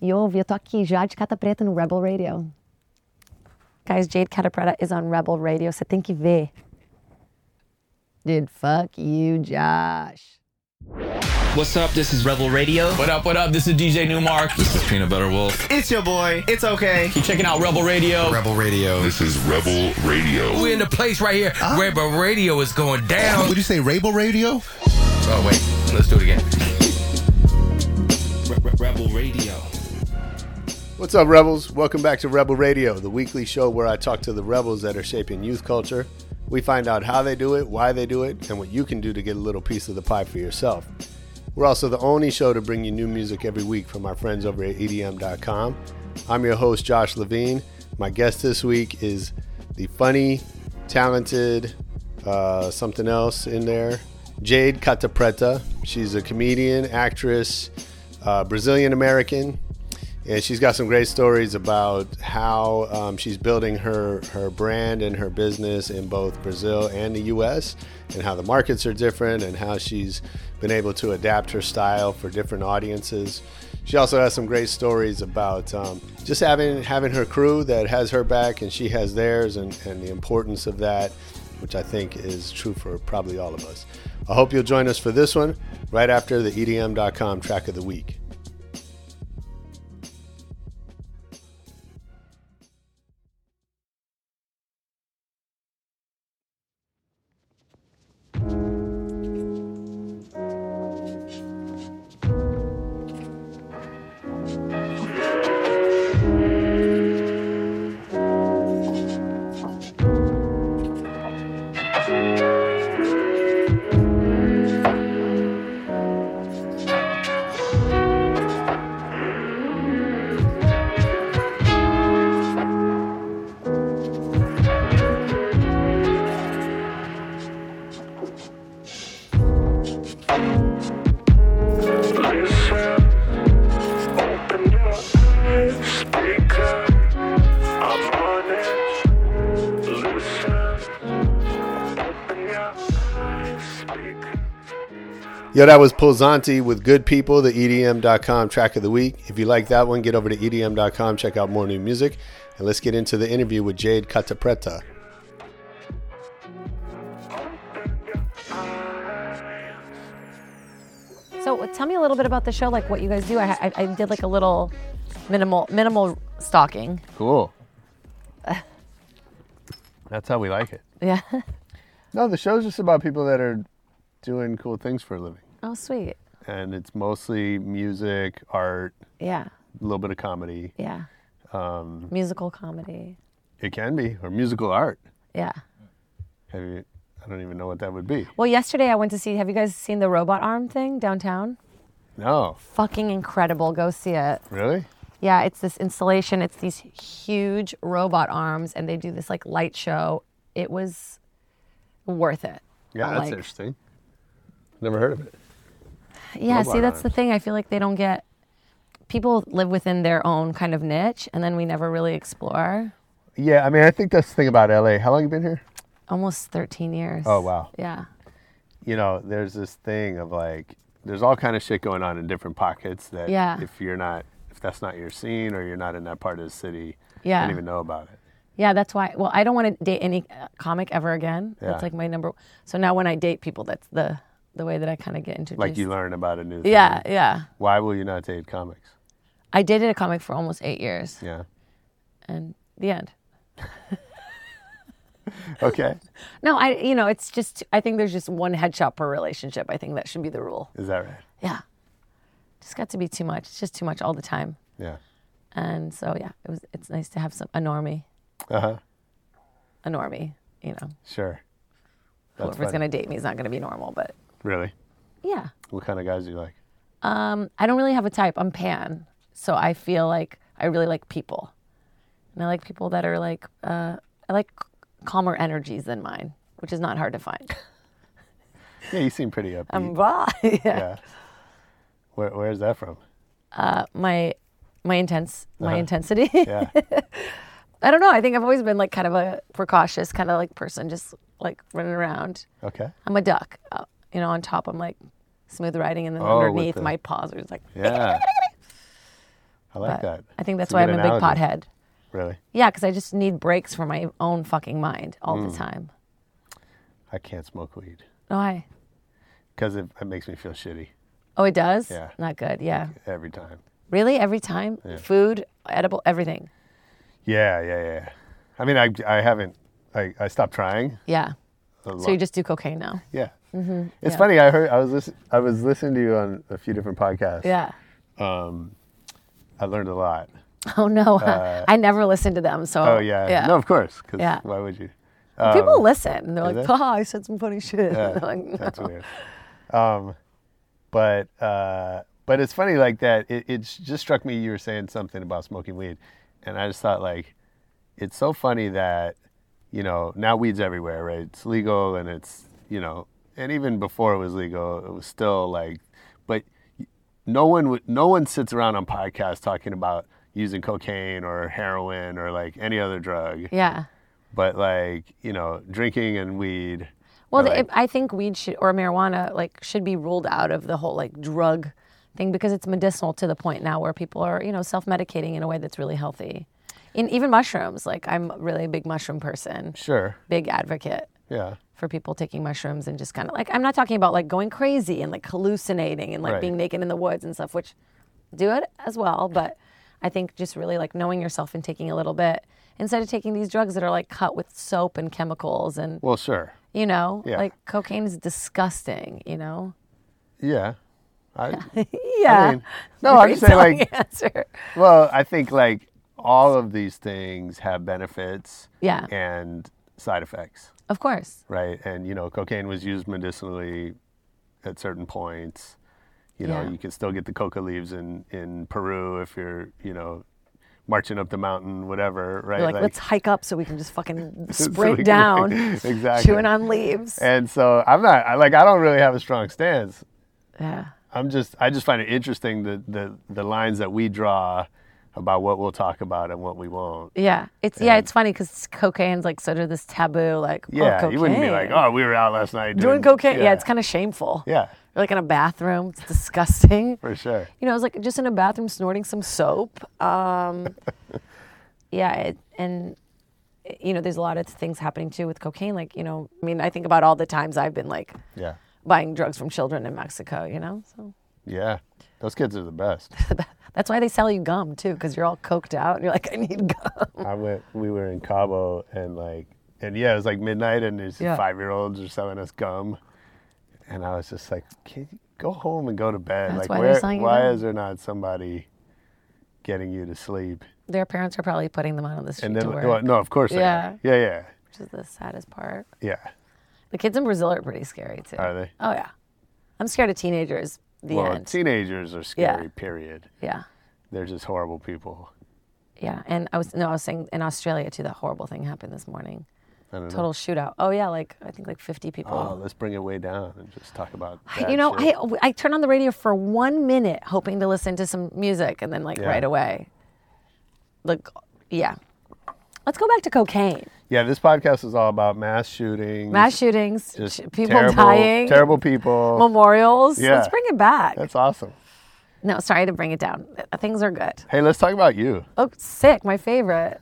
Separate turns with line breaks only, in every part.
e ouve. Eu tô aqui já de Cata Preta no Rebel Radio. Guys, Jade Catapreta is on Rebel Radio. Você tem que ver. Did fuck you, Josh.
What's up? This is Rebel Radio.
What up, what up? This is DJ Newmark.
This is Peanut Butter Wolf.
It's your boy. It's okay.
Keep checking out Rebel Radio.
Rebel Radio.
This is Rebel Radio.
We're in the place right here.
Ah.
Rebel Radio is going down.
Would you say Rebel Radio?
Oh, wait. Let's do it again.
Rebel Radio.
What's up, Rebels? Welcome back to Rebel Radio, the weekly show where I talk to the rebels that are shaping youth culture. We find out how they do it, why they do it, and what you can do to get a little piece of the pie for yourself. We're also the only show to bring you new music every week from our friends over at E EDM.com. I'm your host, Josh Levine. My guest this week is the funny, talented, uh, something else in there, Jade Catapreta. She's a comedian, actress, uh, Brazilian American, and she's got some great stories about how um, she's building her her brand and her business in both Brazil and the U.S. and how the markets are different and how she's been able to adapt her style for different audiences. She also has some great stories about um, just having having her crew that has her back and she has theirs and, and the importance of that, which I think is true for probably all of us. I hope you'll join us for this one right after the E EDM.com track of the week. Yo, that was Pulsanti with Good People, the E EDM.com track of the week. If you like that one, get over to E EDM.com, check out more new music, and let's get into the interview with Jade Catapreta.
So tell me a little bit about the show, like what you guys do. I, I, I did like a little minimal minimal stalking.
Cool. That's how we like it.
Yeah.
No, the show's just about people that are doing cool things for a living.
Oh, sweet.
And it's mostly music, art,
Yeah.
a little bit of comedy.
Yeah.
Um,
Musical comedy.
it can be, or musical art.
Yeah.
Have you, I don't even know what that would be.
Well, yesterday I went to see. Have you guys seen the robot arm thing downtown?
No,
Fucking incredible. Go see it.
really?
Yeah, it's this installation. It's these huge robot arms, and they do this like light show. It was worth it.
Yeah,
I
that's
like-
interesting. Never heard of it.
Yeah, see,
Robot
that's the thing. I feel like they don't get. People live within their own kind of niche, and then we never really explore.
Yeah, I mean, I think that's the thing about LA. How long you been here?
Almost 13 years.
Oh, wow.
Yeah.
you know, there's this thing of like, there's all kind of shit going on in different pockets that
Yeah.
if you're not, if that's not your scene or you're not in that part of the city, you
Yeah.
don't even know about it.
Yeah, that's why. Well, I don't want to date any uh, comic ever again. That's
Yeah.
like my number. So now when I date people, that's the the way that I kind of get introduced.
Like you learn about a new thing.
Yeah, yeah.
Why will you not date comics?
I dated a comic for almost eight years,
Yeah.
and the end.
Okay.
No, I, you know, it's just, I think there's just one headshot per relationship. I think that should be the rule.
Is that right?
Yeah. Just got to be too much. It's just too much all the time.
Yeah.
And so, yeah, it was, it's nice to have some, a normie,
Uh huh.
a normie, you know,
Sure. That's
whoever's
funny.
going to date me is not going to be normal, but
Really?
yeah.
What kind of guys do you like?
Um, I don't really have a type. I'm pan. So I feel like I really like people. And I like people that are like, uh, I like calmer energies than mine, which is not hard to find.
Yeah, you seem pretty upbeat.
I'm blah. yeah.
yeah. Where Where's that from?
Uh,
Uh-huh.
My, my intense, my intensity.
Yeah.
I don't know. I think I've always been like kind of a precautious kind of like person, just like running around.
Okay.
I'm a duck. Uh, you know, on top I'm like smooth riding, and then
Oh, with
underneath
the-
my paws are just like.
Yeah. I like
But
that.
I think that's
It's
why I'm
good
a big
analogy.
pothead.
Really?
Yeah, because I just need breaks for my own fucking mind all the time.
Mm. I can't smoke weed
Why?
because it, it makes me feel shitty
Oh, it does.
Yeah.
Not good. Yeah.
every time.
Really? Every time? Food, edible, everything.
Yeah, yeah, yeah. I mean, I, I haven't, I, I stopped trying.
Yeah.
a
So you
lot.
just do cocaine now?
Mm-hmm. yeah. It's funny. I heard, I was, listen, I was listening to you on a few different podcasts.
Yeah.
I learned a lot.
Oh no, I never listened to them. So.
Uh, Oh, yeah. No, of course. 'cause
Yeah.
why would you?
People listen. They're like,
they?
"Haha, I said some funny shit."
Yeah,
They're like, "No."
That's weird. Um, but uh, but it's funny like that. It, it just struck me you were saying something about smoking weed, and I just thought like, it's so funny that you know now weed's everywhere, right? It's legal and it's you know, and even before it was legal, it was still like, but no one would- no one sits around on podcasts talking about using cocaine or heroin or like any other drug,
yeah.
but like you know, drinking and weed.
Well,
are, like,
the, I think weed should or marijuana like should be ruled out of the whole like drug thing because it's medicinal to the point now where people are you know self medicating in a way that's really healthy. And even mushrooms, like I'm really a big mushroom person,
sure,
big advocate.
yeah.
for people taking mushrooms and just kind of like I'm not talking about like going crazy and like hallucinating and like
Right.
being naked in the woods and stuff, which do it as well, but I think just really like knowing yourself and taking a little bit instead of taking these drugs that are like cut with soap and chemicals and
Well, sure.
you know
yeah.
like cocaine is disgusting, you know.
Yeah. I,
Yeah.
mean, no, I'm
Very
just saying,
telling
like,
answer.
well, I think, like, all of these things have benefits
Yeah.
and side effects,
Of course.
right? And, you know, cocaine was used medicinally at certain points. You know,
Yeah.
you can still get the coca leaves in, in Peru if you're, you know, marching up the mountain, whatever, right?
They're like, let's hike up so we can just fucking
so
sprint
we-
down,
Exactly.
chewing on leaves.
and so I'm not, I, like, I don't really have a strong stance
yeah.
I'm just I just find it interesting the the, the lines that we draw about what we'll talk about and what we won't.
Yeah, it's yeah, it's funny because cocaine's like sort of this taboo, like oh,
Yeah, you wouldn't be like,
cocaine.
oh, we were out last night
doing
doing,
cocaine. Yeah, it's kind of shameful.
yeah,
You're like in a bathroom, it's disgusting.
for sure.
You know, I was like just in a bathroom snorting some soap. Um, yeah, it, and you know, there's a lot of things happening too with cocaine. Like you know, I mean, I think about all the times I've been like
Yeah,
buying drugs from children in Mexico. You know, so
yeah, those kids are the best.
that's why they sell you gum too, because you're all coked out and you're like, I need gum.
I went. We were in Cabo and like and yeah, it was like midnight and these
Yeah.
five year olds are selling us gum, and I was just like, can you go home and go to bed?
That's
like,
why they're
where,
selling you
why
gum.
is there not somebody getting you to sleep?
Their parents are probably putting them out on the street
And
to
then,
work,
well, no, of course, they are. yeah, yeah,
which is the saddest part.
yeah.
The kids in Brazil are pretty scary too.
Are they?
Oh yeah. I'm scared of teenagers. The
well,
end.
teenagers are
Yeah.
scary. Period.
yeah.
They're just horrible people.
Yeah. And I was no, I was saying in Australia too, that horrible thing happened this morning.
I don't
Total shootout. Oh yeah, like I think like fifty people.
know. Oh, let's bring it way down and just talk about. That
you know,
shit.
I I turned on the radio for one minute hoping to listen to some music and then like right away. Like yeah. Let's go back to cocaine.
yeah, this podcast is all about mass shootings,
Mass shootings,
just
sh- people
terrible,
dying,
terrible people.
memorials.
Yeah.
Let's bring it back.
That's awesome.
no, sorry to bring it down. Uh, Things are good.
Hey, let's talk about you.
Oh, sick, my favorite.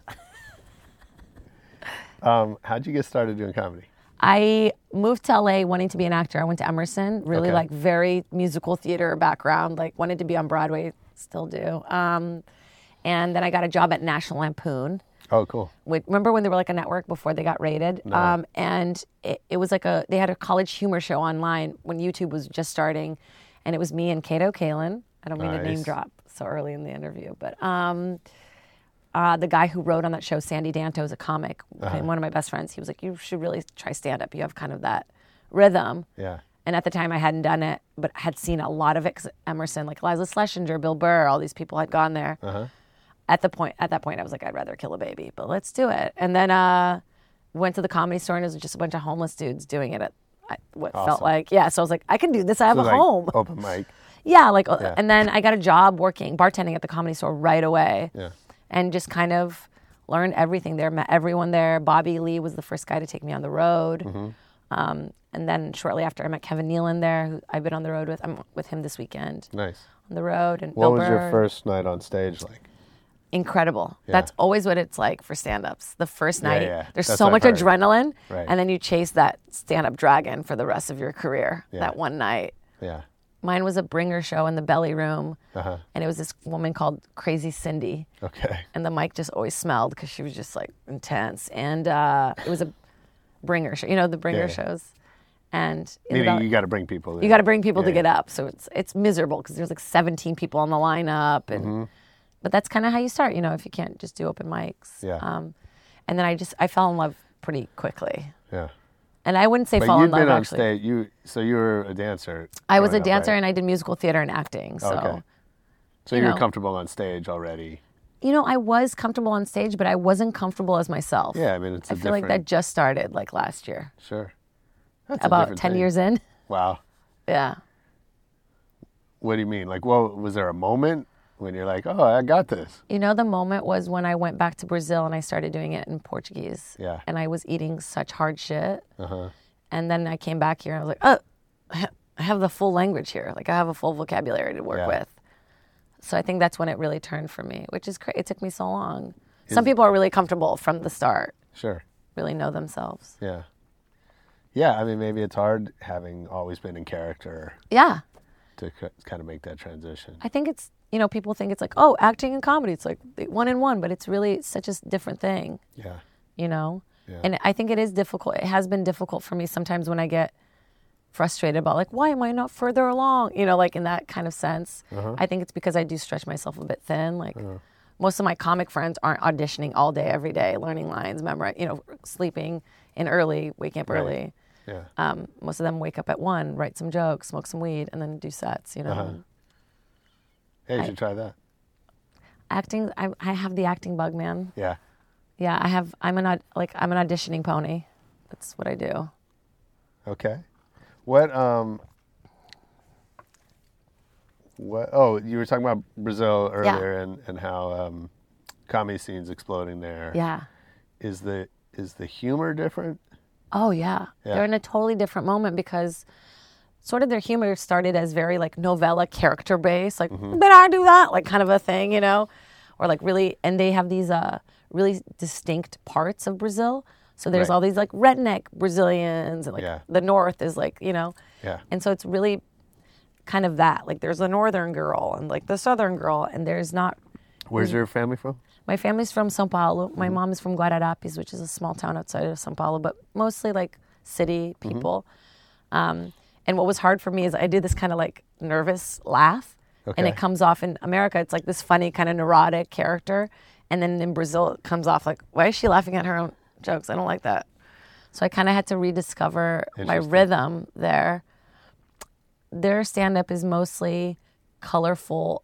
Um, how'd you get started doing comedy?
I moved to LA wanting to be an actor. I went to Emerson, really
Okay.
like very musical theater background, like wanted to be on Broadway still do. Um, and then I got a job at National Lampoon.
Oh, cool.
With, remember when they were like a network before they got rated? Um, and it, it was like a they had a college humor show online when YouTube was just starting, and it was me and Kato Kalin. I don't mean to name
Nice.
drop so early in the interview, but um, uh, the guy who wrote on that show, Sandy Danto, is a comic
Uh-huh.
and one of my best friends. He was like, "You should really try stand up. You have kind of that rhythm."
Yeah.
And at the time, I hadn't done it, but I had seen a lot of it. 'cause Emerson, like Liza Schlesinger, Bill Burr, all these people had gone there. At the point, at that point, I was like, I'd rather kill a baby, but let's do it. And then uh, went to the comedy store, and it was just a bunch of homeless dudes doing it at I- what felt like yeah. So I was like, I can do this. I have a
Like,
home.
Open mic.
Yeah, like, uh and then I got a job working bartending at the comedy store right away.
Yeah.
And just kind of learned everything there. Met everyone there. Bobby Lee was the first guy to take me on the road.
Mm-hmm.
Um, and then shortly after, I met Kevin Nealon there, who I've been on the road with. I'm with him this weekend
Nice.
on the road. And
What
Bill
was your
Burr.
first night on stage like?
Incredible. That's always what it's like for stand-ups. The first night,
yeah.
there's
That's
so
what
much
I've heard.
adrenaline,
Right.
and then you chase that stand-up dragon for the rest of your career. That one night.
Yeah.
Mine was a bringer show in the belly room,
Uh-huh.
and it was this woman called Crazy Cindy,
Okay.
and the mic just always smelled because she was just like intense, and uh, it was a bringer show, you know, the bringer
Yeah, yeah.
shows, and in the
Meaning
belly-
you got to bring people.
you got to bring people to
yeah.
get up, so it's it's miserable because there's like 17 people on the lineup, and
Mm-hmm.
but that's kind of how you start, you know, if you can't just do open mics,
Yeah.
Um, and then I just I fell in love pretty quickly,
Yeah.
and I wouldn't say
But
fall in
you've
love
been on
actually.
stage. You so you were a dancer.
I was a
growing up,
dancer
right?
and I did musical theater and acting, so.
Okay. so
you
you were
know.
comfortable on stage already.
you know, I was comfortable on stage, but I wasn't comfortable as myself.
Yeah, I mean, it's
I
a
feel like that
different-
just started like last year,
Sure. That's a
about
different
10
thing.
years in.
Wow.
Yeah.
What do you mean? Like, well, was there a moment when you're like, oh, I got this?
You know, the moment was when I went back to Brazil and I started doing it in Portuguese.
Yeah. Uh-huh.
And I was eating such hard shit. And then I came back here and I was like, oh, I have the full language here. Like, I have a full vocabulary to work
Yeah.
with. So I think that's when it really turned for me, which is crazy. It took me so long. Some people are really comfortable from the start,
Sure.
really know themselves.
Yeah. Yeah. I mean, maybe it's hard having always been in character
Yeah.
to c- kind of make that transition.
I think it's you know people think it's like oh acting and comedy it's like one in one but it's really such a s- different thing
Yeah.
you know and I think it is difficult it has been difficult for me sometimes when I get frustrated about like why am I not further along you know like in that kind of sense I think it's because I do stretch myself a bit thin like most of my comic friends aren't auditioning all day every day learning lines memorizing you know sleeping in early waking up early
Yeah.
um, most of them wake up at one write some jokes smoke some weed and then do sets you know
Hey, you should try that.
acting I, I have the acting bug man
Yeah.
yeah i have i'm an aud- like i'm an auditioning pony that's what i do
Okay. What um what oh, you were talking about Brazil earlier and, and how um comedy scenes exploding there.
yeah
Is the is the humor different?
oh yeah.
Yeah.
they're in a totally different moment because sort of their humor started as very like novella character based like
Mm-hmm.
did i do that like kind of a thing you know or like really and they have these uh really distinct parts of brazil so there's
Right.
all these like redneck brazilians and like
Yeah.
the north is like you know
Yeah.
And so it's really kind of that. Like there's the northern girl and like the southern girl, and there's not.
Where's your family from?
My family's from São Paulo. My
Mm-hmm.
mom is from Guararapes, which is a small town outside of São Paulo, but mostly like city
Mm-hmm.
people. Um, and what was hard for me is I do this kind of like nervous laugh, and
Okay.
it comes off in America. It's like this funny kind of neurotic character, and then in Brazil it comes off like, why is she laughing at her own jokes? I don't like that. So I kind of had to rediscover my
Interesting.
rhythm there. Their stand up is mostly colorful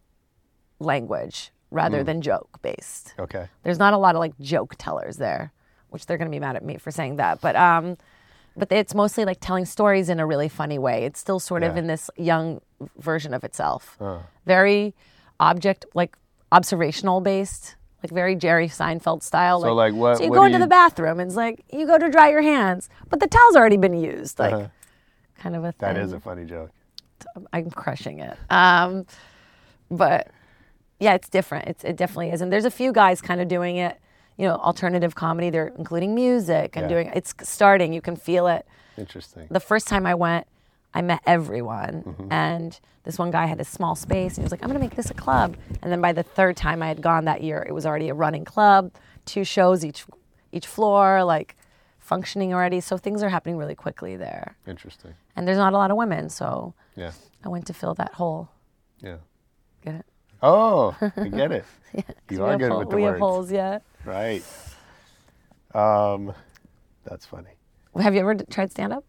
language rather
Mm.
than joke based.
Okay.
There's not a lot of like joke tellers there, which they're going to be mad at me for saying that. But um, but it's mostly like telling stories in a really funny way. It's still sort of
Yeah. Uh.
in this young version of itself. Very object like observational based. Like very Jerry Seinfeld style.
So, like, what-
So you
what
go
do
into
you-
the bathroom and it's like you go to dry your hands, but the towel's already been used. Like kind of a thing.
Uh-huh. That is a funny joke.
I'm crushing it. Um, but yeah, it's different. It's, it definitely is. And there's a few guys kind of doing it, you know, alternative comedy. They're including music and
Yeah.
doing it's starting. You can feel it.
Interesting.
The first time I went, I met everyone. And this one guy had a small space, and he was like, I'm going to make this a club. And then by the third time I had gone that year, it was already a running club, two shows each, each floor, like functioning already. So things are happening really quickly there.
Interesting.
And there's not a lot of women, so
Yeah.
I went to fill that hole.
Yeah.
Get it?
Oh, I get it. you
we
are
have
good
hole-
with the
we
words.
have holes, yeah.
Right. Um, that's funny.
Have you ever d- tried stand up?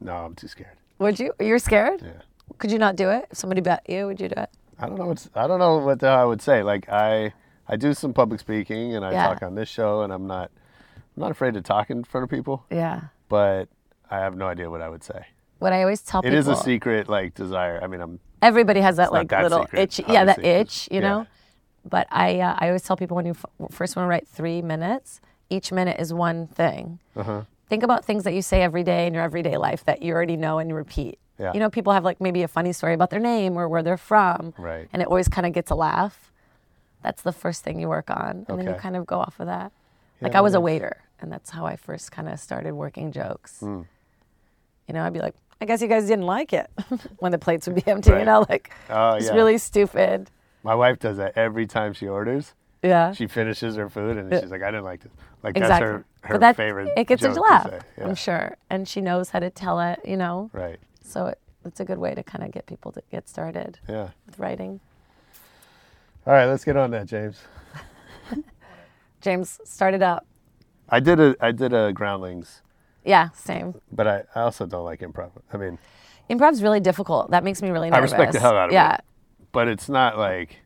No, I'm too scared.
Would you? You're scared?
Yeah.
Could you not do it? If somebody bet you, would you do it?
I don't know what's I don't know what the hell I would say. Like I I do some public speaking and I
Yeah.
talk on this show and I'm not I'm not afraid to talk in front of people,
Yeah.
but I have no idea what I would say.
What I always tell
It
people
is a secret like desire. I mean, I'm
Everybody has that
not
like
that
little
secret,
itch. Yeah, that
obviously, 'cause-
itch, you know? But I, uh, I always tell people when you f- first want to write three minutes, each minute is one thing.
Uh-huh.
Think about things that you say every day in your everyday life that you already know and you repeat.
Yeah.
You know, people have like maybe a funny story about their name or where they're from,
Right.
and it always kind of gets a laugh. That's the first thing you work on, and then you
Okay.
kind of go off of that. like
Yeah,
I was a
nice.
waiter, and that's how I first kind of started working jokes. You know, I'd be like, I guess you guys didn't like it when the plates would be empty. You
Right.
know, like
Oh,
it's
yeah.
really stupid.
my wife does that every time she orders.
Yeah,
She finishes her food and she's like, I didn't like this. Like that's
exactly.
her, her
but that
favorite.
it gets a
joke to
laugh,
say.
I'm sure, and she knows how to tell it. You know,
Right.
so it, it's a good way to kind of get people to get started
Yeah.
with writing.
All right, let's get on that, James.
James started up.
I did a I did a groundlings,
Yeah, same.
but I, I also don't like improv. I mean,
Improv's really difficult. That makes me really nervous.
respect the hell out of
yeah.
it. but it's not like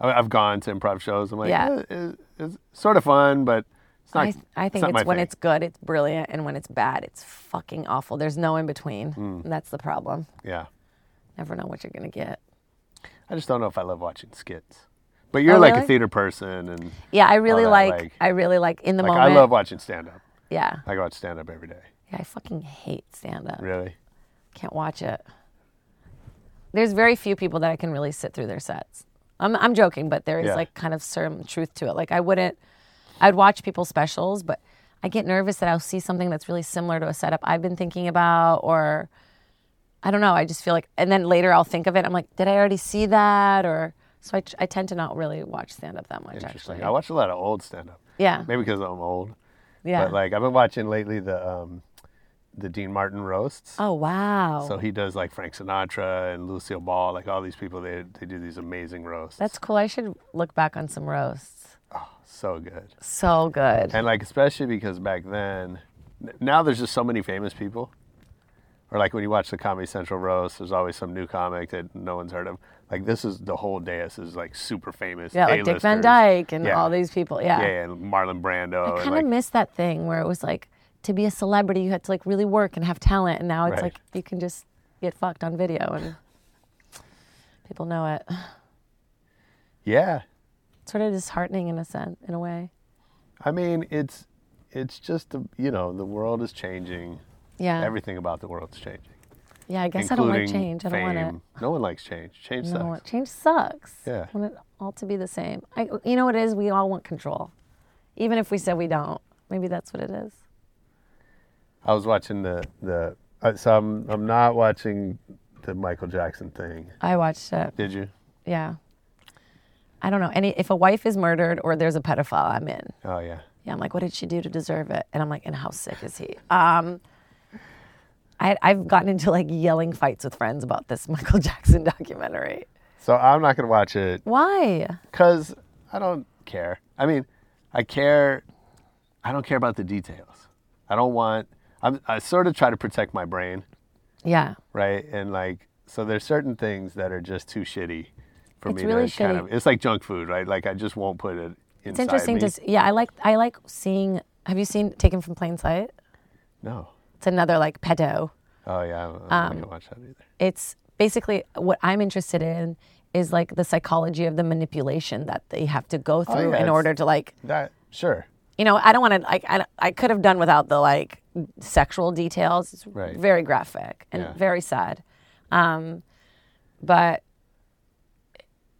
I- I've gone to improv shows. I'm like,
Yeah.
yeah, it's sort of fun, but it's not.
I, I think
not
it's,
my
when
thing.
it's good, it's brilliant, and when it's bad, it's fucking awful. There's no in between.
Hmm.
And that's the problem.
yeah.
Never know what you're gonna get.
I just don't know if I love watching skits. But you're like
Oh, really?
a theater person, and
Yeah, I really
that,
like,
like-
I really like in the
like
moment.
I love watching stand up.
yeah.
I watch stand up every day.
yeah, I fucking hate stand up.
Really?
Can't watch it. There's very few people that I can really sit through their sets. I'm I'm joking, but there is
Yeah.
like kind of some truth to it. Like I wouldn't, I'd watch people's specials, but I get nervous that I'll see something that's really similar to a setup I've been thinking about, or I don't know. I just feel like, and then later I'll think of it. I'm like, did I already see that? Or so I, I tend to not really watch stand up that much
Interesting.
actually.
I watch a lot of old stand up.
Yeah.
Maybe because I'm old.
yeah.
But like I've been watching lately the um, the Dean Martin roasts.
oh wow.
So he does like Frank Sinatra and Lucille Ball, like all these people. They they do these amazing roasts.
That's cool. I should look back on some roasts.
so good.
So good.
And like especially because back then, n- now there's just so many famous people. Or like when you watch the Comedy Central roast, there's always some new comic that no one's heard of. Like this is the whole dais is like super famous.
Yeah, like Dick Van
A-listers.
Dyke and
Yeah.
all these people.
Yeah,
Yeah.
and Marlon Brando.
I
and,
kind of
like,
miss that thing where it was like to be a celebrity, you had to like really work and have talent. And now it's
Right.
like you can just get fucked on video and people know it.
yeah.
It's sort of disheartening in a sense, in a way.
I mean, it's it's just the you know the world is changing.
Yeah.
Everything about the world's changing.
yeah, I guess I don't
including
like change. I don't
fame.
want it.
No one likes change. Change
I
sucks.
don't want change sucks.
Yeah.
I want it all to be the same. I, you know what it is? We all want control. Even if we said we don't. Maybe that's what it is.
I was watching the the uh, so I'm I'm not watching the Michael Jackson thing.
I watched it.
Did you?
Yeah. I don't know. Any if a wife is murdered or there's a pedophile, I'm in.
Oh yeah.
Yeah, I'm like, what did she do to deserve it? And I'm like, and how sick is he? Um, I, I've gotten into like yelling fights with friends about this Michael Jackson documentary.
So I'm not gonna watch it
Why?
because I don't care. I mean, I care. I don't care about the details. I don't want. I'm, I sort of try to protect my brain,
Yeah,
right? And like, so there's certain things that are just too shitty for
It's
me
really
to kind
shitty.
of. It's like junk food, right? Like I just won't put it.
it's interesting
me.
to s- yeah. I like I like seeing. Have you seen Taken from Plain Sight?
No.
It's another like pedo.
Oh yeah, I'm, I'm not gonna
Um,
watch that either.
It's basically what I'm interested in is like the psychology of the manipulation that they have to go through
yeah,
in
it's-
order to like
That sure.
you know, I don't want to. Like, I I could have done without the like sexual details. It's
Right.
very graphic and
Yeah.
very sad. Um, but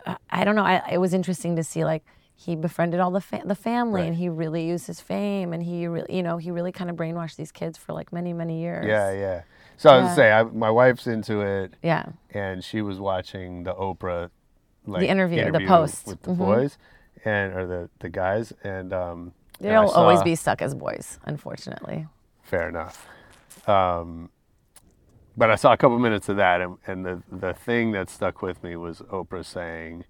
I, I don't know. I, it was interesting to see like he befriended all the fa- the family,
Right.
and he really used his fame, and he really, you know, he really kind of brainwashed these kids for like many many years.
Yeah, yeah. So I was say I, my wife's into it,
Yeah.
and she was watching the Oprah, like,
The interview, the post. Mm-hmm.
with the boys, and or the the guys, and um,
They
and I
don't always
saw-
be stuck as boys, unfortunately.
Fair enough. Um, but I saw a couple minutes of that, and, and the, the thing that stuck with me was Oprah saying,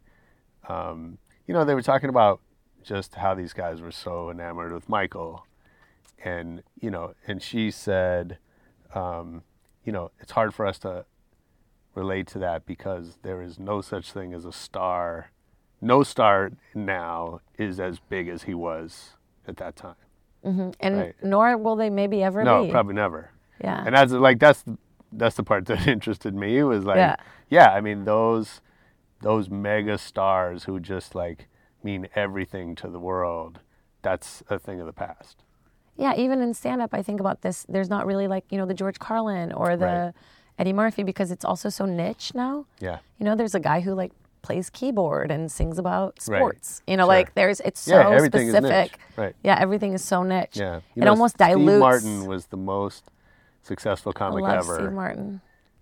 um, you know, they were talking about just how these guys were so enamored with Michael. And, you know, and she said, um, you know, it's hard for us to relate to that because there is no such thing as a star. No star now is as big as he was at that time.
And
Right.
nor will they maybe ever
No,
be.
probably never.
Yeah.
And that's like that's that's the part that interested me was like
Yeah.
yeah. I mean those those mega stars who just like mean everything to the world. That's a thing of the past.
yeah, even in stand up, I think about this. There's not really like, you know, the George Carlin or the
Right.
Eddie Murphy because it's also so niche now.
Yeah.
You know, there's a guy who like plays keyboard and sings about
Right.
sports. You know,
Sure.
like there's it's so
Yeah, everything is niche.
specific.
Right.
Yeah, everything is so niche.
Yeah.
it almost
Steve
dilutes.
Martin was the most successful
I
comic
love
ever
Steve Martin.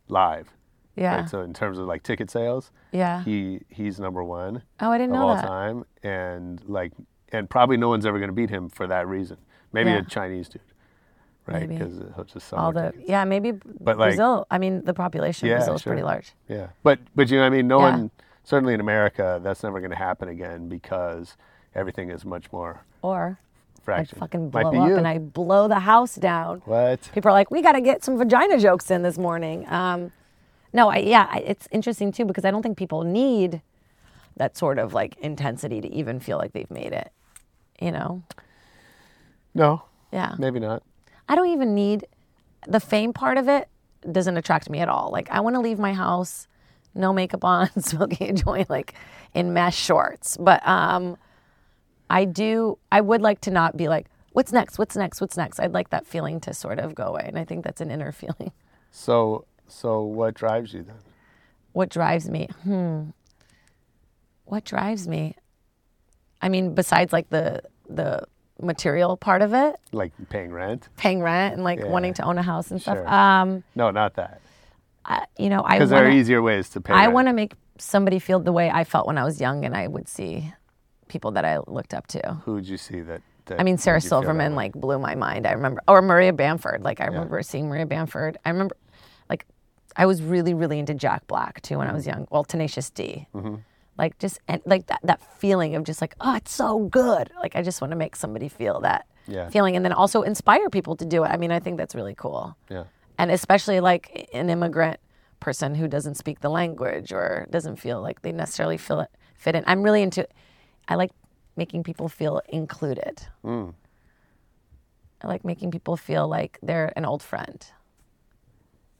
live.
Yeah.
Right? So in terms of like ticket sales,
yeah.
he he's number 1
oh, I didn't
of
know
all
that.
time and like and probably no one's ever going to beat him for that reason. Maybe
Yeah.
a Chinese dude. Right?
Maybe.
Cuz he'll just sell
All
more
the
tickets.
yeah, maybe
But, like-
Brazil. I mean, the population of
Yeah,
Brazil is pretty
sure.
large.
Yeah, but but you know, what I mean, no
Yeah.
one certainly in America that's never going to happen again because everything is much more
Or I
fractured.
fucking
Might
blow
be
up
you.
and I blow the house down.
what?
People are like, we got to get some vagina jokes in this morning. Um, no, I, yeah, I, it's interesting too because I don't think people need that sort of like intensity to even feel like they've made it. You know?
No,
Yeah.
maybe not.
I don't even need the fame part of it doesn't attract me at all. Like I want to leave my house, no makeup on, smoking a joint, like in mesh shorts. But um, I do. I would like to not be like, what's next? What's next? What's next? I'd like that feeling to sort of go away, and I think that's an inner feeling.
So so what drives you then?
What drives me? Hmm. What drives me? I mean, besides like the the material part of it,
Like paying rent?
paying rent and like
Yeah.
wanting to own a house and stuff.
Sure.
Um,
No, not that.
I, you know, I
Because there are
wanna-
easier ways to pay.
I
rent.
want to make somebody feel the way I felt when I was young and I would see people that I looked up to.
Who would you see that? that
I mean,
made
Sarah
you feel that
Silverman
way?
like blew my mind. I remember, or Maria Bamford. Like I remember seeing Maria Bamford. I remember, like, I was really, really into Jack Black too when I was young. Well, Tenacious D.
Mm-hmm.
Like just and like that, that feeling of just like oh it's so good like I just want to make somebody feel that
Yeah.
feeling and then also inspire people to do it I mean I think that's really cool
Yeah.
and especially like an immigrant person who doesn't speak the language or doesn't feel like they necessarily feel it, fit in. I'm really into, I like making people feel included.
Hmm.
I like making people feel like they're an old friend.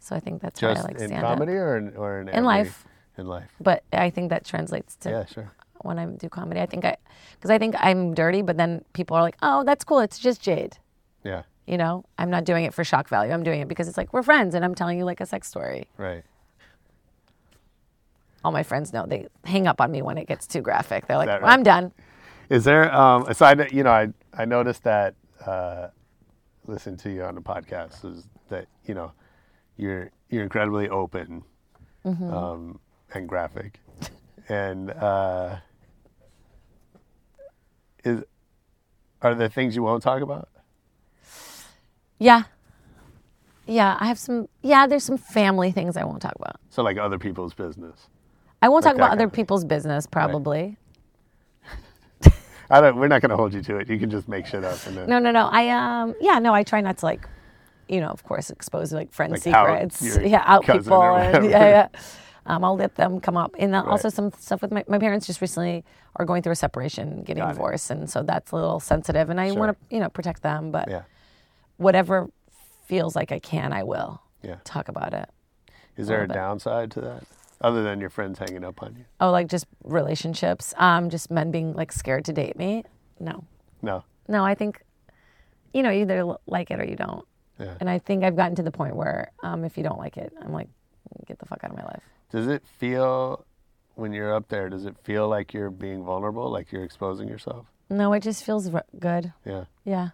So I think that's why I
Just
like
in
stand
comedy
up.
or in or in, every-
life.
In life.
But I think that translates to
Yeah, sure.
when I do comedy. I think I, because I think I'm dirty, but then people are like, oh, that's cool. It's just Jade.
Yeah.
You know, I'm not doing it for shock value. I'm doing it because it's like, we're friends and I'm telling you like a sex story.
Right.
all my friends know they hang up on me when it gets too graphic. They're like,
that
well, I'm
right?
done.
Is there um aside you know I I noticed that uh listen to you on the podcast is that you know you're you're incredibly open
Mm-hmm.
um and graphic and uh is are there things you won't talk about?
Yeah. Yeah, I have some, yeah, there's some family things I won't talk about.
So like other people's business.
I won't talk
Okay,
about
okay.
other people's business, probably.
I don't we're not going to hold you to it. You can just make shit up and then
No, no, no. I, um, yeah, no, I try not to like, you know, of course, expose like friend
Like out
secrets.
your
yeah, out
cousin
people.
or
and-
whatever.
yeah, yeah. Um, I'll let them come up. And then also some stuff with my, my parents just recently are going through a separation, getting
Got it.
divorced. And so that's a little sensitive. And I
Sure.
want to, you know, protect them. But
yeah.
whatever feels like I can, I will
Yeah.
talk about it.
Is there a
bit.
downside to that other than your friends hanging up on you?
Oh, like just relationships. Um, just men being like scared to date me. No,
No.
no. I think, you know, you either l- like it or you don't.
Yeah.
And I think I've gotten to the point where, um, if you don't like it, I'm like, get the fuck out of my life.
Does it feel when you're up there? Does it feel like you're being vulnerable, like you're exposing yourself?
No, it just feels r- good.
Yeah,
Yeah.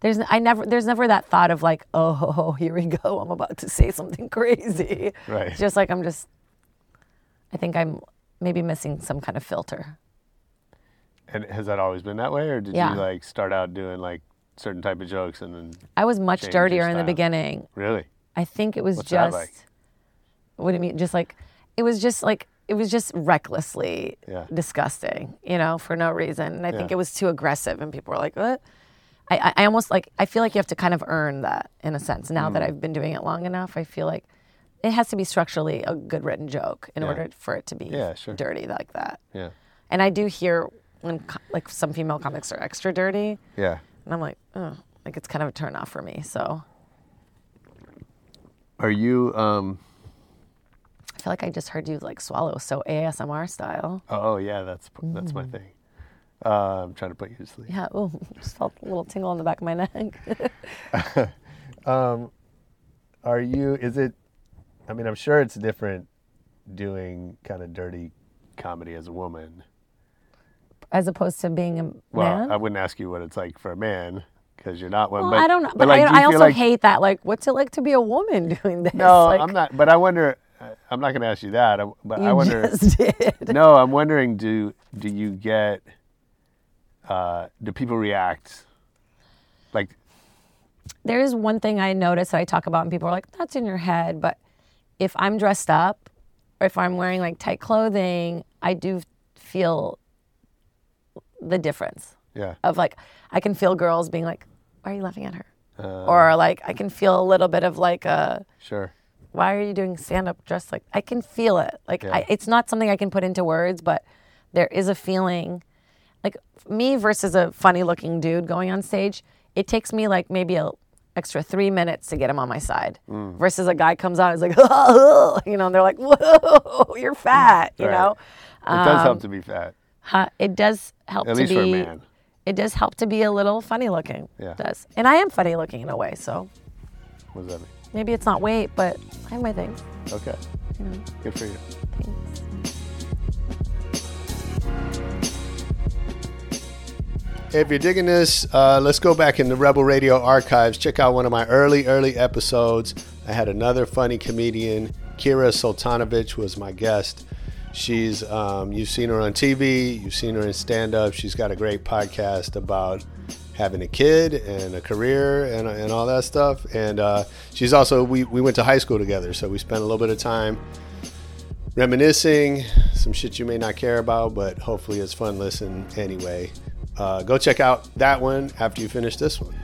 There's I never there's never that thought of like, oh, here we go. I'm about to say something crazy.
Right.
It's just like I'm just I think I'm maybe missing some kind of filter.
And has that always been that way, or did
Yeah.
you like start out doing like certain type of jokes and then
I was much
Change your
dirtier in the
style.
beginning.
really?
I think it was
What's that
just
like?
what do you mean? Just like it was just like it was just recklessly
Yeah.
disgusting, you know, for no reason. And I think
Yeah.
it was too aggressive, and people were like, "What?" I, I, I almost like I feel like you have to kind of earn that in a sense. Now
Mm.
that I've been doing it long enough, I feel like it has to be structurally a good written joke in order for it to be
Yeah, sure.
dirty like that.
Yeah,
And I do hear when co- like some female comics are extra dirty,
yeah.
and I'm like, oh, like it's kind of a turn off for me. So
Are you? um
I feel like I just heard you like swallow, so ASMR style.
Oh yeah, that's that's my thing. Uh, I'm trying to put you to sleep.
Mm. Yeah, ooh, just felt a little tingle on the back of my neck.
Are you? Is it? I mean, I'm sure it's different doing kind of dirty comedy as a woman.
As opposed to being a man.
Well, I wouldn't ask you what it's like for a man because you're not one.
Well,
but
I don't know, but,
like, do you
I, I
feel
also
like-
hate that. Like, what's it like to be a woman doing this?
No,
like,
I'm not. But I wonder. I- I'm not going to ask you that. I, but
You
I wonder.
just did.
no, I'm wondering. Do do you get? Uh, do people react? Like,
There is one thing I notice that I talk about, and people are like, "That's in your head." But if I'm dressed up, or if I'm wearing like tight clothing, I do feel the difference.
yeah,
of like I can feel girls being like, "Why are you laughing at her?"
Uh.
or like I can feel a little bit of like a,
sure.
"Why are you doing stand up dressed like?" I can feel it. Like I, it's not something I can put into words, but there is a feeling. Like me versus a funny looking dude going on stage, it takes me like maybe a extra three minutes to get him on my side.
Mm.
Versus a guy comes out, he's like, you know, and they're like, "Whoa, you're fat," you
Right.
know.
It does help to be fat.
Uh, it does help
At
Um, to
least
be.
for a man.
It does help to be a little funny looking.
Yeah.
It does. And I am funny looking in a way, so
What does that mean?
maybe it's not weight, but I have my things.
Okay. Good for you.
Thanks.
If you're digging this, uh, let's go back in the Rebel Radio archives. Check out one of my early, early episodes. I had another funny comedian, Kira Sultanovich, was my guest. She's um, you've seen her on TV, you've seen her in stand up. She's got a great podcast about having a kid and a career and, and all that stuff. And uh, she's also we, we went to high school together, so we spent a little bit of time reminiscing, some shit you may not care about, but hopefully it's fun listen anyway. Uh, go check out that one after you finish this one.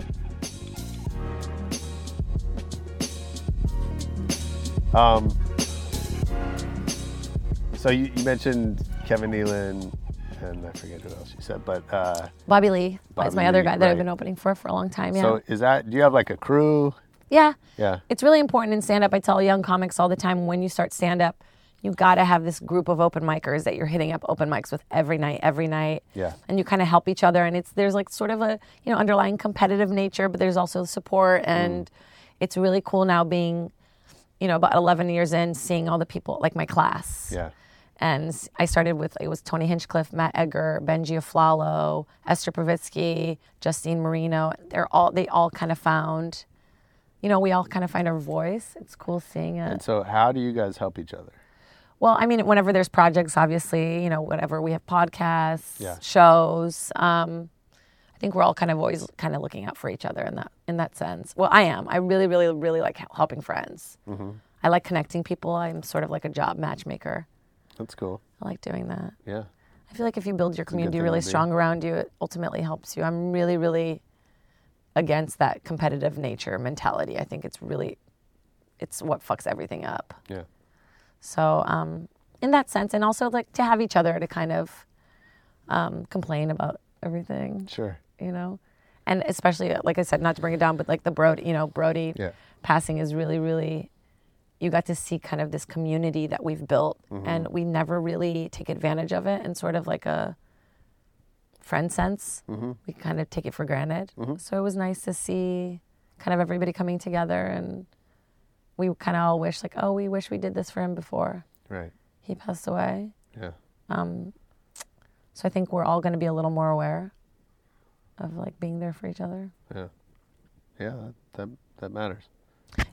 Um, so you, you mentioned Kevin Nealon, and I forget who else you said, but uh,
Bobby Lee
Bobby
is my other
Lee,
guy that I've
right.
been opening for for a long time. Yeah.
so is that? Do you have like a crew?
yeah.
Yeah.
It's really important in stand up. I tell young comics all the time when you start stand up, you got to have this group of open micers that you're hitting up open mics with every night, every night.
Yeah.
And you kind of help each other and it's there's like sort of a, you know, underlying competitive nature, but there's also support
Mm.
and it's really cool now being you know, about 11 years in seeing all the people like my class.
Yeah.
And s- I started with it was Tony Hinchcliffe, Matt Egger, Ben Giaflalo, Esther Pravitsky, Justine Marino. They're all they all kind of found, you know, we all kind of find our voice. It's cool seeing it.
And so how do you guys help each other?
Well, I mean, whenever there's projects, obviously, you know, whatever we have podcasts,
Yeah.
shows. Um, I think we're all kind of always kind of looking out for each other in that in that sense. Well, I am. I really, really, really like hel- helping friends. I like connecting people. I'm sort of like a job matchmaker.
That's cool.
I like doing that.
Yeah.
I feel like if you build your community
thing
really
to be.
strong around you, it ultimately helps you. I'm really, really against that competitive nature mentality. I think it's really, it's what fucks everything up.
Yeah.
So, um, in that sense, and also like to have each other to kind of um, complain about everything,
Sure.
you know, and especially uh, like I said, not to bring it down, but like the Brody, you know, Brody
Yeah.
passing is really, really. You got to see kind of this community that we've built, and we never really take advantage of it in sort of like a friend sense. We kind of take it for granted. So it was nice to see kind of everybody coming together, and we kind of all wish like, oh, we wish we did this for him before
Right.
he passed away.
Yeah.
So I think we're all going to be a little more aware of like being there for each other.
Yeah. Yeah, that, that, that matters.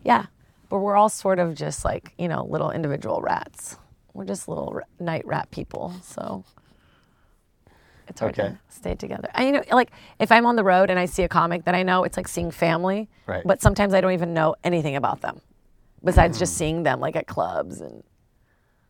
Yeah, but we're all sort of just like you know little individual rats. We're just little r- night rat people, so it's hard
Okay.
to stay together. I you know like if I'm on the road and I see a comic that I know, it's like seeing family.
Right.
But sometimes I don't even know anything about them, besides
Hmm.
just seeing them like at clubs and.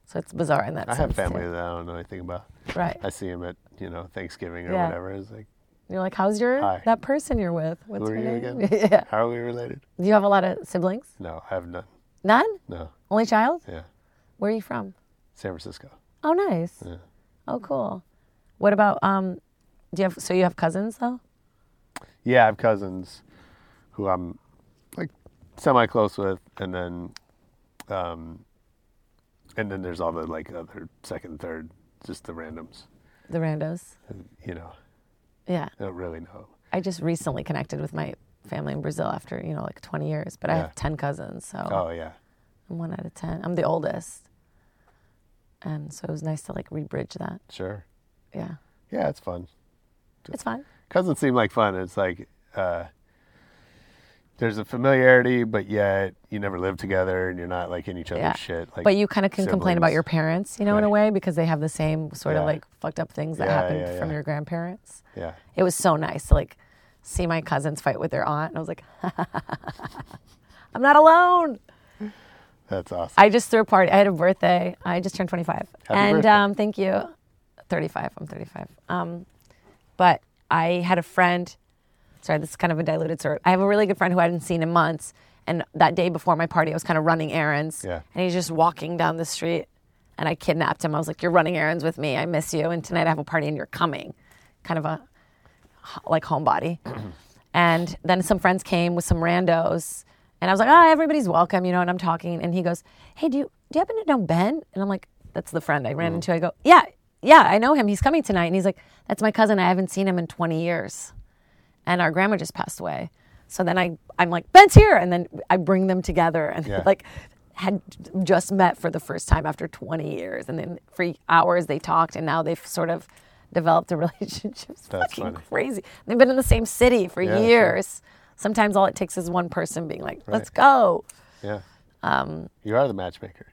So it's bizarre in that
I
sense.
have family
too.
that I don't know anything about.
Right.
I see them at, you know, Thanksgiving or
Yeah.
whatever. It's like,
You're like, how's your
Hi.
that person you're with? What's
who are
her
you
name?
again?
yeah.
How are we related?
Do you have a lot of siblings?
No, I have none.
None?
No,
Only child?
yeah.
Where are you from?
San Francisco.
Oh, nice. Oh, cool. What about um? Do you have so you have cousins though?
Yeah, I have cousins who I'm like semi close with, and then, um, and then there's all the like other second, third, just the randoms.
The randos.
You know,
Yeah.
I don't really know.
I just recently connected with my family in Brazil after you know like 20 years, but I
Yeah.
have 10 cousins, so
Oh yeah,
I'm one out of 10. I'm the oldest, and so it was nice to like rebridge that.
sure.
Yeah,
Yeah, it's fun.
it's fun.
Cousins seem like fun. It's like uh, there's a familiarity, but yet you never live together, and you're not like in each other's
Yeah.
shit. Like,
but you kind of can complain about
siblings.
your parents, you know, in a
Right.
way because they have the same sort
Yeah.
of like fucked up things that
Yeah,
happened
yeah,
from
yeah.
your grandparents.
Yeah.
It was so nice to like see my cousins fight with their aunt, and I was like, I'm not alone.
That's awesome.
I just threw a party. I had a birthday. I just turned 25. and
birthday.
Um, thank you. 35. I'm 35. Um, but I had a friend. Sorry, this is kind of a diluted sort. I have a really good friend who I hadn't seen in months. And that day before my party, I was kind of running errands.
Yeah.
And he's just walking down the street. And I kidnapped him. I was like, You're running errands with me. I miss you. And tonight I have a party and you're coming. Kind of a like homebody. and then some friends came with some randos, and I was like, "Ah, everybody's welcome," you know. And I'm talking, and he goes, "Hey, do you do you happen to know Ben?" And I'm like, "That's the friend I ran
Mm-hmm.
into." I go, "Yeah, yeah, I know him. He's coming tonight." And he's like, "That's my cousin. I haven't seen him in 20 years, and our grandma just passed away." So then I I'm like, "Ben's here," and then I bring them together, and
Yeah.
like. Had just met for the first time after 20 years, and then for hours they talked, and now they've sort of developed a relationship. It's
That's
fucking
funny.
crazy. They've been in the same city for
Yeah, sure.
years. Sometimes all it takes is one person being like, "Let's go." Um,
yeah. you are the matchmaker.